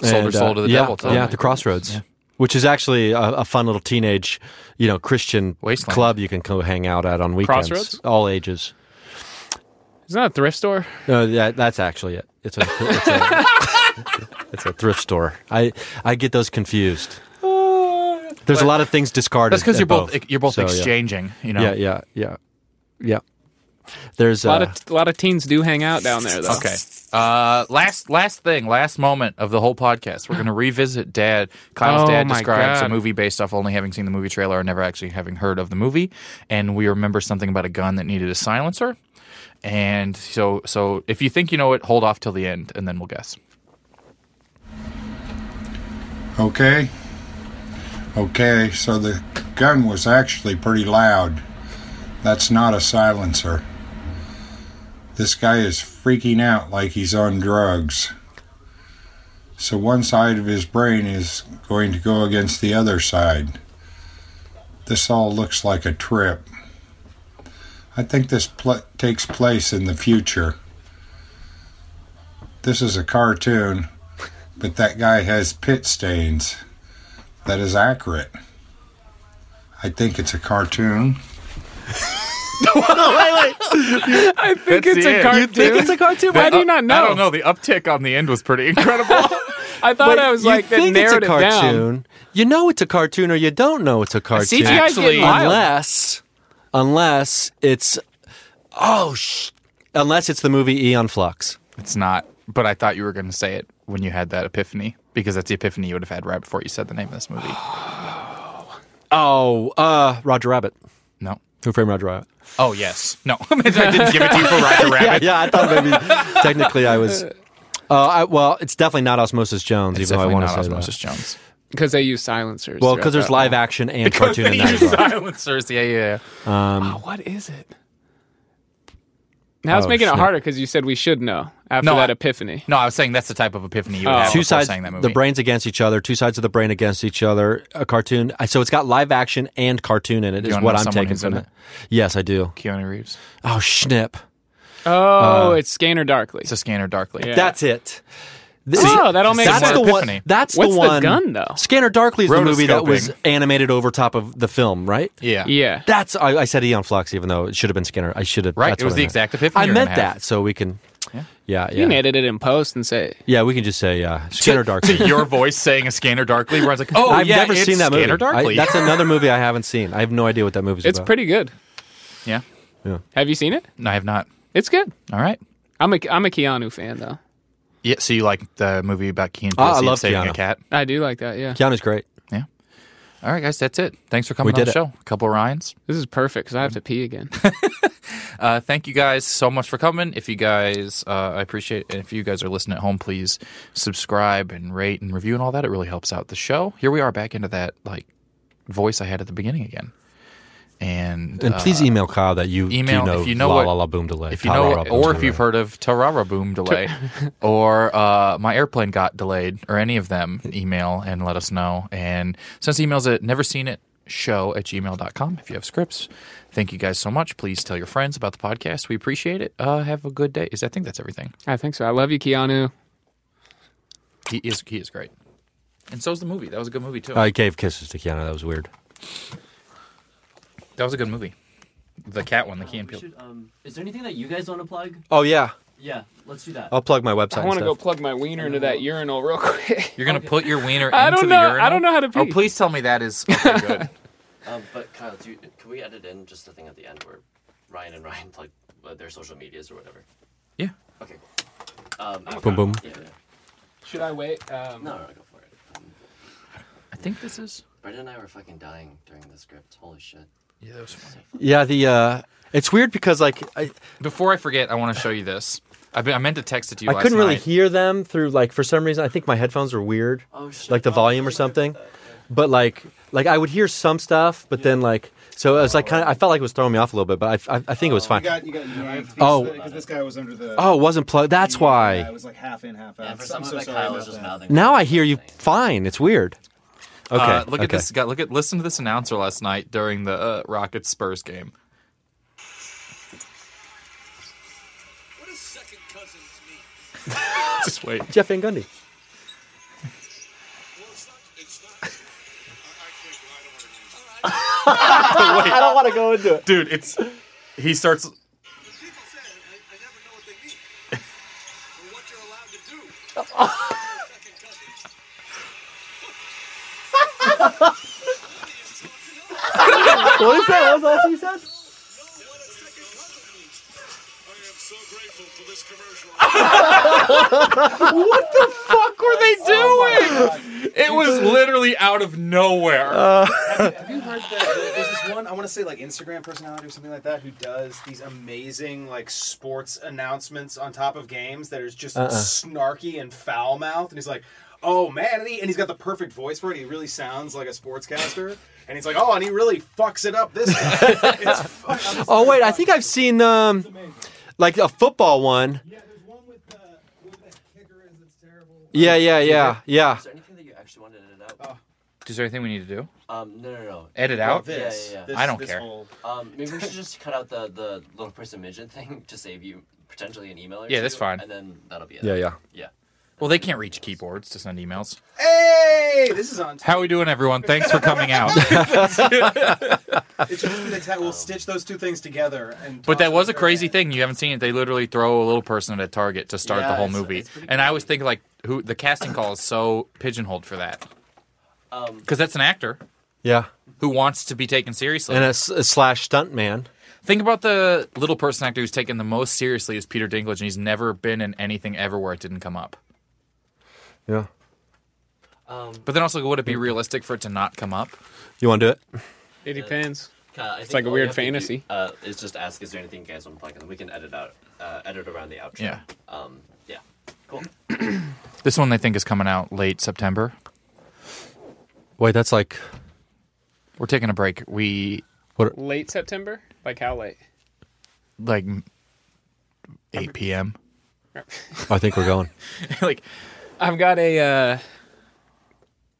Speaker 1: Sold her
Speaker 3: and,
Speaker 1: soul
Speaker 3: uh,
Speaker 1: to the
Speaker 3: yeah,
Speaker 1: devil. too.
Speaker 3: Yeah, at the Crossroads, which is actually a, a fun little teenage, you know, Christian
Speaker 1: Wasteland.
Speaker 3: club you can go hang out at on weekends.
Speaker 4: Crossroads?
Speaker 3: all ages.
Speaker 4: Is that a thrift store?
Speaker 3: No, that, that's actually it. It's a, it's a, it's a thrift store. I I get those confused. There's a lot of things discarded.
Speaker 1: Uh, That's because
Speaker 3: at
Speaker 1: you're both, e,
Speaker 3: both.
Speaker 1: you're both
Speaker 3: So, yeah.
Speaker 1: exchanging, you know.
Speaker 3: Yeah, yeah, yeah, yeah. There's
Speaker 4: A
Speaker 3: uh,
Speaker 4: lot of a lot of teens do hang out down there, though.
Speaker 1: Okay. Uh, last last thing, last moment of the whole podcast. We're gonna revisit Dad. Kyle's
Speaker 4: Oh
Speaker 1: dad
Speaker 4: my
Speaker 1: describes a
Speaker 4: God.
Speaker 1: movie based off only having seen the movie trailer and never actually having heard of the movie. And we remember something about a gun that needed a silencer. And so so if you think you know it, hold off till the end and then we'll guess.
Speaker 5: Okay. Okay, so the gun was actually pretty loud. That's not a silencer. This guy is freaking out like he's on drugs. So one side of his brain is going to go against the other side. This all looks like a trip. I think this pl- takes place in the future. This is a cartoon, but that guy has pit stains. That is accurate. I think it's a cartoon.
Speaker 4: I think
Speaker 1: That's it.
Speaker 4: it's a
Speaker 1: You
Speaker 4: cartoon.
Speaker 3: think it's a cartoon?
Speaker 4: How do you not know?
Speaker 1: I don't know. The uptick on the end was pretty incredible.
Speaker 4: I thought I was
Speaker 3: you
Speaker 4: like that
Speaker 3: think
Speaker 4: narrowed
Speaker 3: it's a
Speaker 4: it down.
Speaker 3: cartoon. You know it's a cartoon, or you don't know it's a cartoon.
Speaker 4: CGI is
Speaker 1: Actually,
Speaker 4: getting wild.
Speaker 3: unless unless it's oh sh- unless it's the movie Eon Flux.
Speaker 1: it's not, but I thought you were gonna say it when you had that epiphany. Because that's the epiphany you would have had right before you said the name of this movie.
Speaker 3: Oh, uh, Roger Rabbit.
Speaker 1: No.
Speaker 3: Who Framed Roger Rabbit?
Speaker 1: Oh yes. No, I didn't give it to you for Roger Rabbit.
Speaker 3: yeah, I thought maybe technically I was. Uh, I, well, it's definitely not Osmosis Jones,
Speaker 1: It's
Speaker 3: even though I
Speaker 1: definitely
Speaker 3: want to
Speaker 1: not
Speaker 3: say
Speaker 1: Osmosis
Speaker 3: that.
Speaker 1: Jones.
Speaker 4: because they use silencers.
Speaker 3: Well,
Speaker 4: throughout
Speaker 3: because there's
Speaker 4: that
Speaker 3: live
Speaker 4: whole-
Speaker 3: action and cartoon in that. as well.
Speaker 1: silencers. Yeah, yeah, yeah.
Speaker 4: Oh, what is it? Now it's making it
Speaker 3: shit.
Speaker 4: harder because you said we should know after
Speaker 1: Oh, No,
Speaker 4: that
Speaker 1: I-
Speaker 4: epiphany.
Speaker 1: No, I was saying that's the type of epiphany you would
Speaker 4: Oh.
Speaker 1: have
Speaker 3: two
Speaker 1: before
Speaker 3: sides
Speaker 1: saying that movie.
Speaker 3: the brains against each other two sides of the brain against each other a cartoon so it's got live action and cartoon in it is
Speaker 1: wanna
Speaker 3: what
Speaker 1: know
Speaker 3: i'm
Speaker 1: someone
Speaker 3: taking
Speaker 1: who's
Speaker 3: from
Speaker 1: in
Speaker 3: it.
Speaker 1: it?
Speaker 3: yes i do
Speaker 1: Keanu Reeves.
Speaker 3: oh schnip
Speaker 4: Oh, it's Scanner Darkly.
Speaker 1: It's a scanner darkly.
Speaker 4: Yeah.
Speaker 3: that's it This-
Speaker 4: Oh, that all makes
Speaker 3: that's
Speaker 4: sense.
Speaker 3: the one
Speaker 1: Epiphany.
Speaker 3: that's
Speaker 4: What's
Speaker 3: the
Speaker 4: the
Speaker 3: one
Speaker 4: gun, though?
Speaker 3: scanner darkly is the movie that
Speaker 1: Rotoscoping.
Speaker 3: was animated over top of the film right
Speaker 1: Yeah.
Speaker 4: yeah.
Speaker 3: that's I, I said Eon Flux, even though it should have been Skinner. I should have.
Speaker 1: Right,
Speaker 3: that's
Speaker 1: it was
Speaker 3: what I
Speaker 1: the
Speaker 3: meant.
Speaker 1: exact epiphany
Speaker 3: I
Speaker 1: you're
Speaker 3: meant
Speaker 1: gonna have.
Speaker 3: that, so we can. Yeah, yeah.
Speaker 4: You can edit it in post and say,
Speaker 3: Yeah, we can just say yeah. Skinner Darkly.
Speaker 1: To your voice saying a scanner darkly, where I was like, oh,
Speaker 3: I've
Speaker 1: yeah,
Speaker 3: never
Speaker 1: it's
Speaker 3: seen that
Speaker 1: Scanner
Speaker 3: movie. I-
Speaker 1: darkly.
Speaker 3: that's another movie I haven't seen. I have no idea what that movie's
Speaker 4: it's
Speaker 3: about.
Speaker 4: pretty good.
Speaker 1: yeah.
Speaker 4: Have you seen it?
Speaker 1: No, I have not.
Speaker 4: It's good.
Speaker 1: All right.
Speaker 4: I'm a, I'm a Keanu fan, though.
Speaker 1: Yeah. So you like the movie about Keanu
Speaker 3: Ah, I
Speaker 1: Reeves
Speaker 3: love
Speaker 1: saving a
Speaker 3: Keanu.
Speaker 1: cat?
Speaker 4: I do like that, yeah.
Speaker 3: Keanu's great.
Speaker 1: All right, guys, that's it. Thanks for coming
Speaker 3: We
Speaker 1: on
Speaker 3: did
Speaker 1: the
Speaker 3: it.
Speaker 1: show. A couple of Ryans.
Speaker 4: This is perfect because I have to pee again.
Speaker 1: Uh, thank you guys so much for coming. If you guys, uh, I appreciate it. And if you guys are listening at home, please subscribe and rate and review and all that. It really helps out the show. Here we are back into that like voice I had at the beginning again. And,
Speaker 3: And
Speaker 1: uh,
Speaker 3: please email Kyle that you
Speaker 1: email
Speaker 3: do know,
Speaker 1: if you know
Speaker 3: la,
Speaker 1: what
Speaker 3: la la boom delay.
Speaker 1: if you
Speaker 3: Ta
Speaker 1: know
Speaker 3: la la boom
Speaker 1: or if
Speaker 3: delay.
Speaker 1: you've heard of Tarara Boom delay or uh, my airplane got delayed or any of them email and let us know and send us emails at never seen it show at gmail.com if you have scripts thank you guys so much please tell your friends about the podcast we appreciate it uh, have a good day is I think that's everything
Speaker 4: I think so. I love you, Keanu.
Speaker 1: he is he is great and so's the movie that was a good movie too
Speaker 3: I gave kisses to Keanu. That was weird.
Speaker 1: that was a good movie the cat one the key and peel
Speaker 10: um, is there anything that you guys want to plug?
Speaker 3: Oh yeah,
Speaker 10: Yeah, let's do that.
Speaker 3: I'll plug my website.
Speaker 4: I want to go plug my wiener into that urinal real quick.
Speaker 1: you're gonna put your wiener
Speaker 4: I
Speaker 1: into
Speaker 4: don't
Speaker 1: the
Speaker 4: know.
Speaker 1: urinal?
Speaker 4: I don't know how to
Speaker 1: oh
Speaker 4: pee.
Speaker 1: please tell me that is okay, good
Speaker 10: Um, but Kyle, do you, can we edit in just the thing at the end where Ryan and Ryan plug uh, their social medias or whatever?
Speaker 1: yeah
Speaker 10: Okay. cool. Um,
Speaker 3: Boom boom.
Speaker 10: yeah, yeah.
Speaker 4: Should I wait? Um,
Speaker 10: No, no, no, go for it. Um,
Speaker 1: I think this is
Speaker 10: Brendan and I were fucking dying during the script. Holy shit.
Speaker 1: yeah that was funny
Speaker 3: Yeah, the uh, it's weird because like I,
Speaker 1: Before I forget, I want to show you this. I, I meant to text it to you.
Speaker 3: I
Speaker 1: last
Speaker 3: couldn't really
Speaker 1: night.
Speaker 3: hear them through like for some reason I think my headphones were weird,
Speaker 10: Oh shit.
Speaker 3: like the
Speaker 10: Oh,
Speaker 3: volume or
Speaker 10: I remember
Speaker 3: something.
Speaker 10: that.
Speaker 3: But like like I would hear some stuff, but then like so it was like kind of I felt like it was throwing me off a little bit, but I I, I think it was fine.
Speaker 11: Oh, you got yanked
Speaker 3: Oh.
Speaker 11: because this guy was under the.
Speaker 3: Oh, it wasn't plugged. That's
Speaker 11: Yeah, I
Speaker 3: why.
Speaker 11: was like half in, half out.
Speaker 10: Yeah, for
Speaker 11: I'm
Speaker 10: some of
Speaker 11: so
Speaker 10: it,
Speaker 11: sorry
Speaker 10: Kyle
Speaker 11: about
Speaker 10: was just
Speaker 11: that.
Speaker 10: mouthing.
Speaker 3: Now I hear you fine. It's weird. Okay.
Speaker 1: Uh, look at
Speaker 3: okay.
Speaker 1: this guy. Look at listen to this announcer last night during the uh, Rockets Spurs game. What does second cousins mean? Just wait.
Speaker 3: Jeff Van Gundy. I don't want to go into it.
Speaker 1: dude. It's he starts.
Speaker 3: What is that? What was all she said?
Speaker 1: Fuck, were they doing? It was literally out of nowhere.
Speaker 3: Uh,
Speaker 11: Have you heard that there's this one? I want to say like Instagram personality or something like that who does these amazing like sports announcements on top of games that is just snarky and foul mouthed, and he's like. Oh man, and, he, and he's got the perfect voice for it. He really sounds like a sportscaster, and he's like, "Oh, and he really fucks it up this time." it's fu- I'm just-
Speaker 3: Oh wait, I think I've seen um, like a football one. Yeah, yeah, yeah, yeah.
Speaker 10: Is there anything that you actually wanted to edit out?
Speaker 1: Is there anything we need to do?
Speaker 10: Um, no, no, no.
Speaker 1: Edit out.
Speaker 11: this,
Speaker 10: Yeah, yeah, yeah.
Speaker 11: this-
Speaker 1: I don't
Speaker 11: this
Speaker 1: care.
Speaker 11: whole-
Speaker 10: Um, maybe we should just cut out the, the little person midget thing to save you potentially an email or
Speaker 1: Yeah, that's
Speaker 10: two,
Speaker 1: fine.
Speaker 10: And then that'll be it.
Speaker 3: Yeah, yeah.
Speaker 10: Yeah.
Speaker 1: Well, they can't reach keyboards to send emails.
Speaker 11: hey, this is on.
Speaker 1: How we doing, everyone? Thanks for coming out.
Speaker 11: It's just the ta- we'll stitch those two things together. And
Speaker 1: But
Speaker 11: toss
Speaker 1: that
Speaker 11: it
Speaker 1: was a
Speaker 11: at the
Speaker 1: crazy
Speaker 11: end.
Speaker 1: thing. You haven't seen it. They literally throw a little person at a target to start
Speaker 10: Yeah,
Speaker 1: the whole
Speaker 10: it's-
Speaker 1: movie.
Speaker 10: it's pretty
Speaker 1: and I always think like who the casting call is so pigeonholed for that.
Speaker 10: Um,
Speaker 1: Because that's an actor
Speaker 3: Yeah,
Speaker 1: who wants to be taken seriously.
Speaker 3: and a, s- a slash stunt man.
Speaker 1: think about the little person actor who's taken the most seriously is Peter Dinklage, and he's never been in anything ever where it didn't come up.
Speaker 3: Yeah.
Speaker 10: um,
Speaker 1: But then also, would it be realistic for it to not come up?
Speaker 3: You want to do it?
Speaker 4: it depends.
Speaker 10: Kyle, I think
Speaker 4: like a
Speaker 10: all you
Speaker 4: weird
Speaker 10: have to do,
Speaker 4: fantasy.
Speaker 10: uh, is just ask, is there anything you guys want to plug, and then we can edit out, uh, edit around the outro.
Speaker 1: Yeah.
Speaker 10: Um, yeah. Cool.
Speaker 1: This one I think is coming out late September.
Speaker 3: Wait, that's like
Speaker 1: We're taking a break. We
Speaker 4: Late September? Like how late?
Speaker 1: like 8 p.m.
Speaker 3: I think we're going.
Speaker 1: like
Speaker 4: I've got a uh,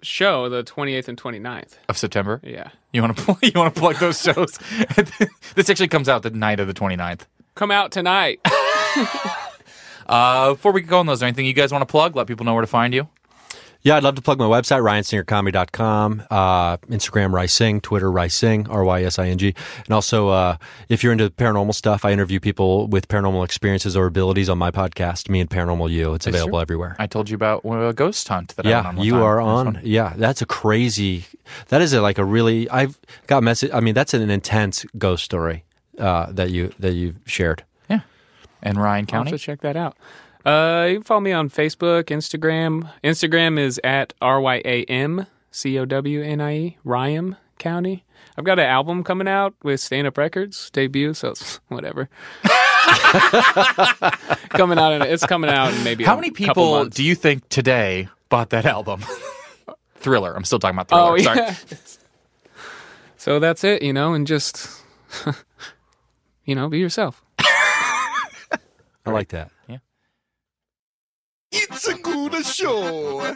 Speaker 4: show the 28th and 29th.
Speaker 1: of September.
Speaker 4: Yeah.
Speaker 1: You want to you want to plug those shows? this actually comes out the night of the 29th.
Speaker 4: Come out tonight.
Speaker 1: Uh, before we go on those, is there anything you guys want to plug? Let people know where to find you.
Speaker 3: Yeah, I'd love to plug my website, ryansingercomedy.com, uh, Instagram, rysing, Twitter, rysing, R-Y-S-I-N-G. And also, uh, if you're into paranormal stuff, I interview people with paranormal experiences or abilities on my podcast, Me and Paranormal You. It's available everywhere.
Speaker 1: I told you about uh, Ghost Hunt that I went
Speaker 3: yeah,
Speaker 1: on one
Speaker 3: you
Speaker 1: time.
Speaker 3: are
Speaker 1: It was
Speaker 3: on.
Speaker 1: fun.
Speaker 3: Yeah, that's a crazy, that is a, like a really, I've got message. I mean, that's an intense ghost story uh, that you that you shared.
Speaker 1: Yeah. And Ryan
Speaker 4: I'll
Speaker 1: County.
Speaker 4: have to check that out. Uh, you can follow me on Facebook, Instagram. Instagram is at R Y A M C O W N I E, Ryam County. I've got an album coming out with Stand Up Records debut, so it's whatever. coming out, in, it's coming out in maybe.
Speaker 1: How
Speaker 4: a
Speaker 1: many
Speaker 4: couple
Speaker 1: people
Speaker 4: months.
Speaker 1: do you think today bought that album? Thriller. I'm still talking about Thriller.
Speaker 4: Oh yeah.
Speaker 1: Sorry.
Speaker 4: so that's it, you know, and just you know, be yourself.
Speaker 3: I like that.
Speaker 1: Yeah.
Speaker 6: It's a good show.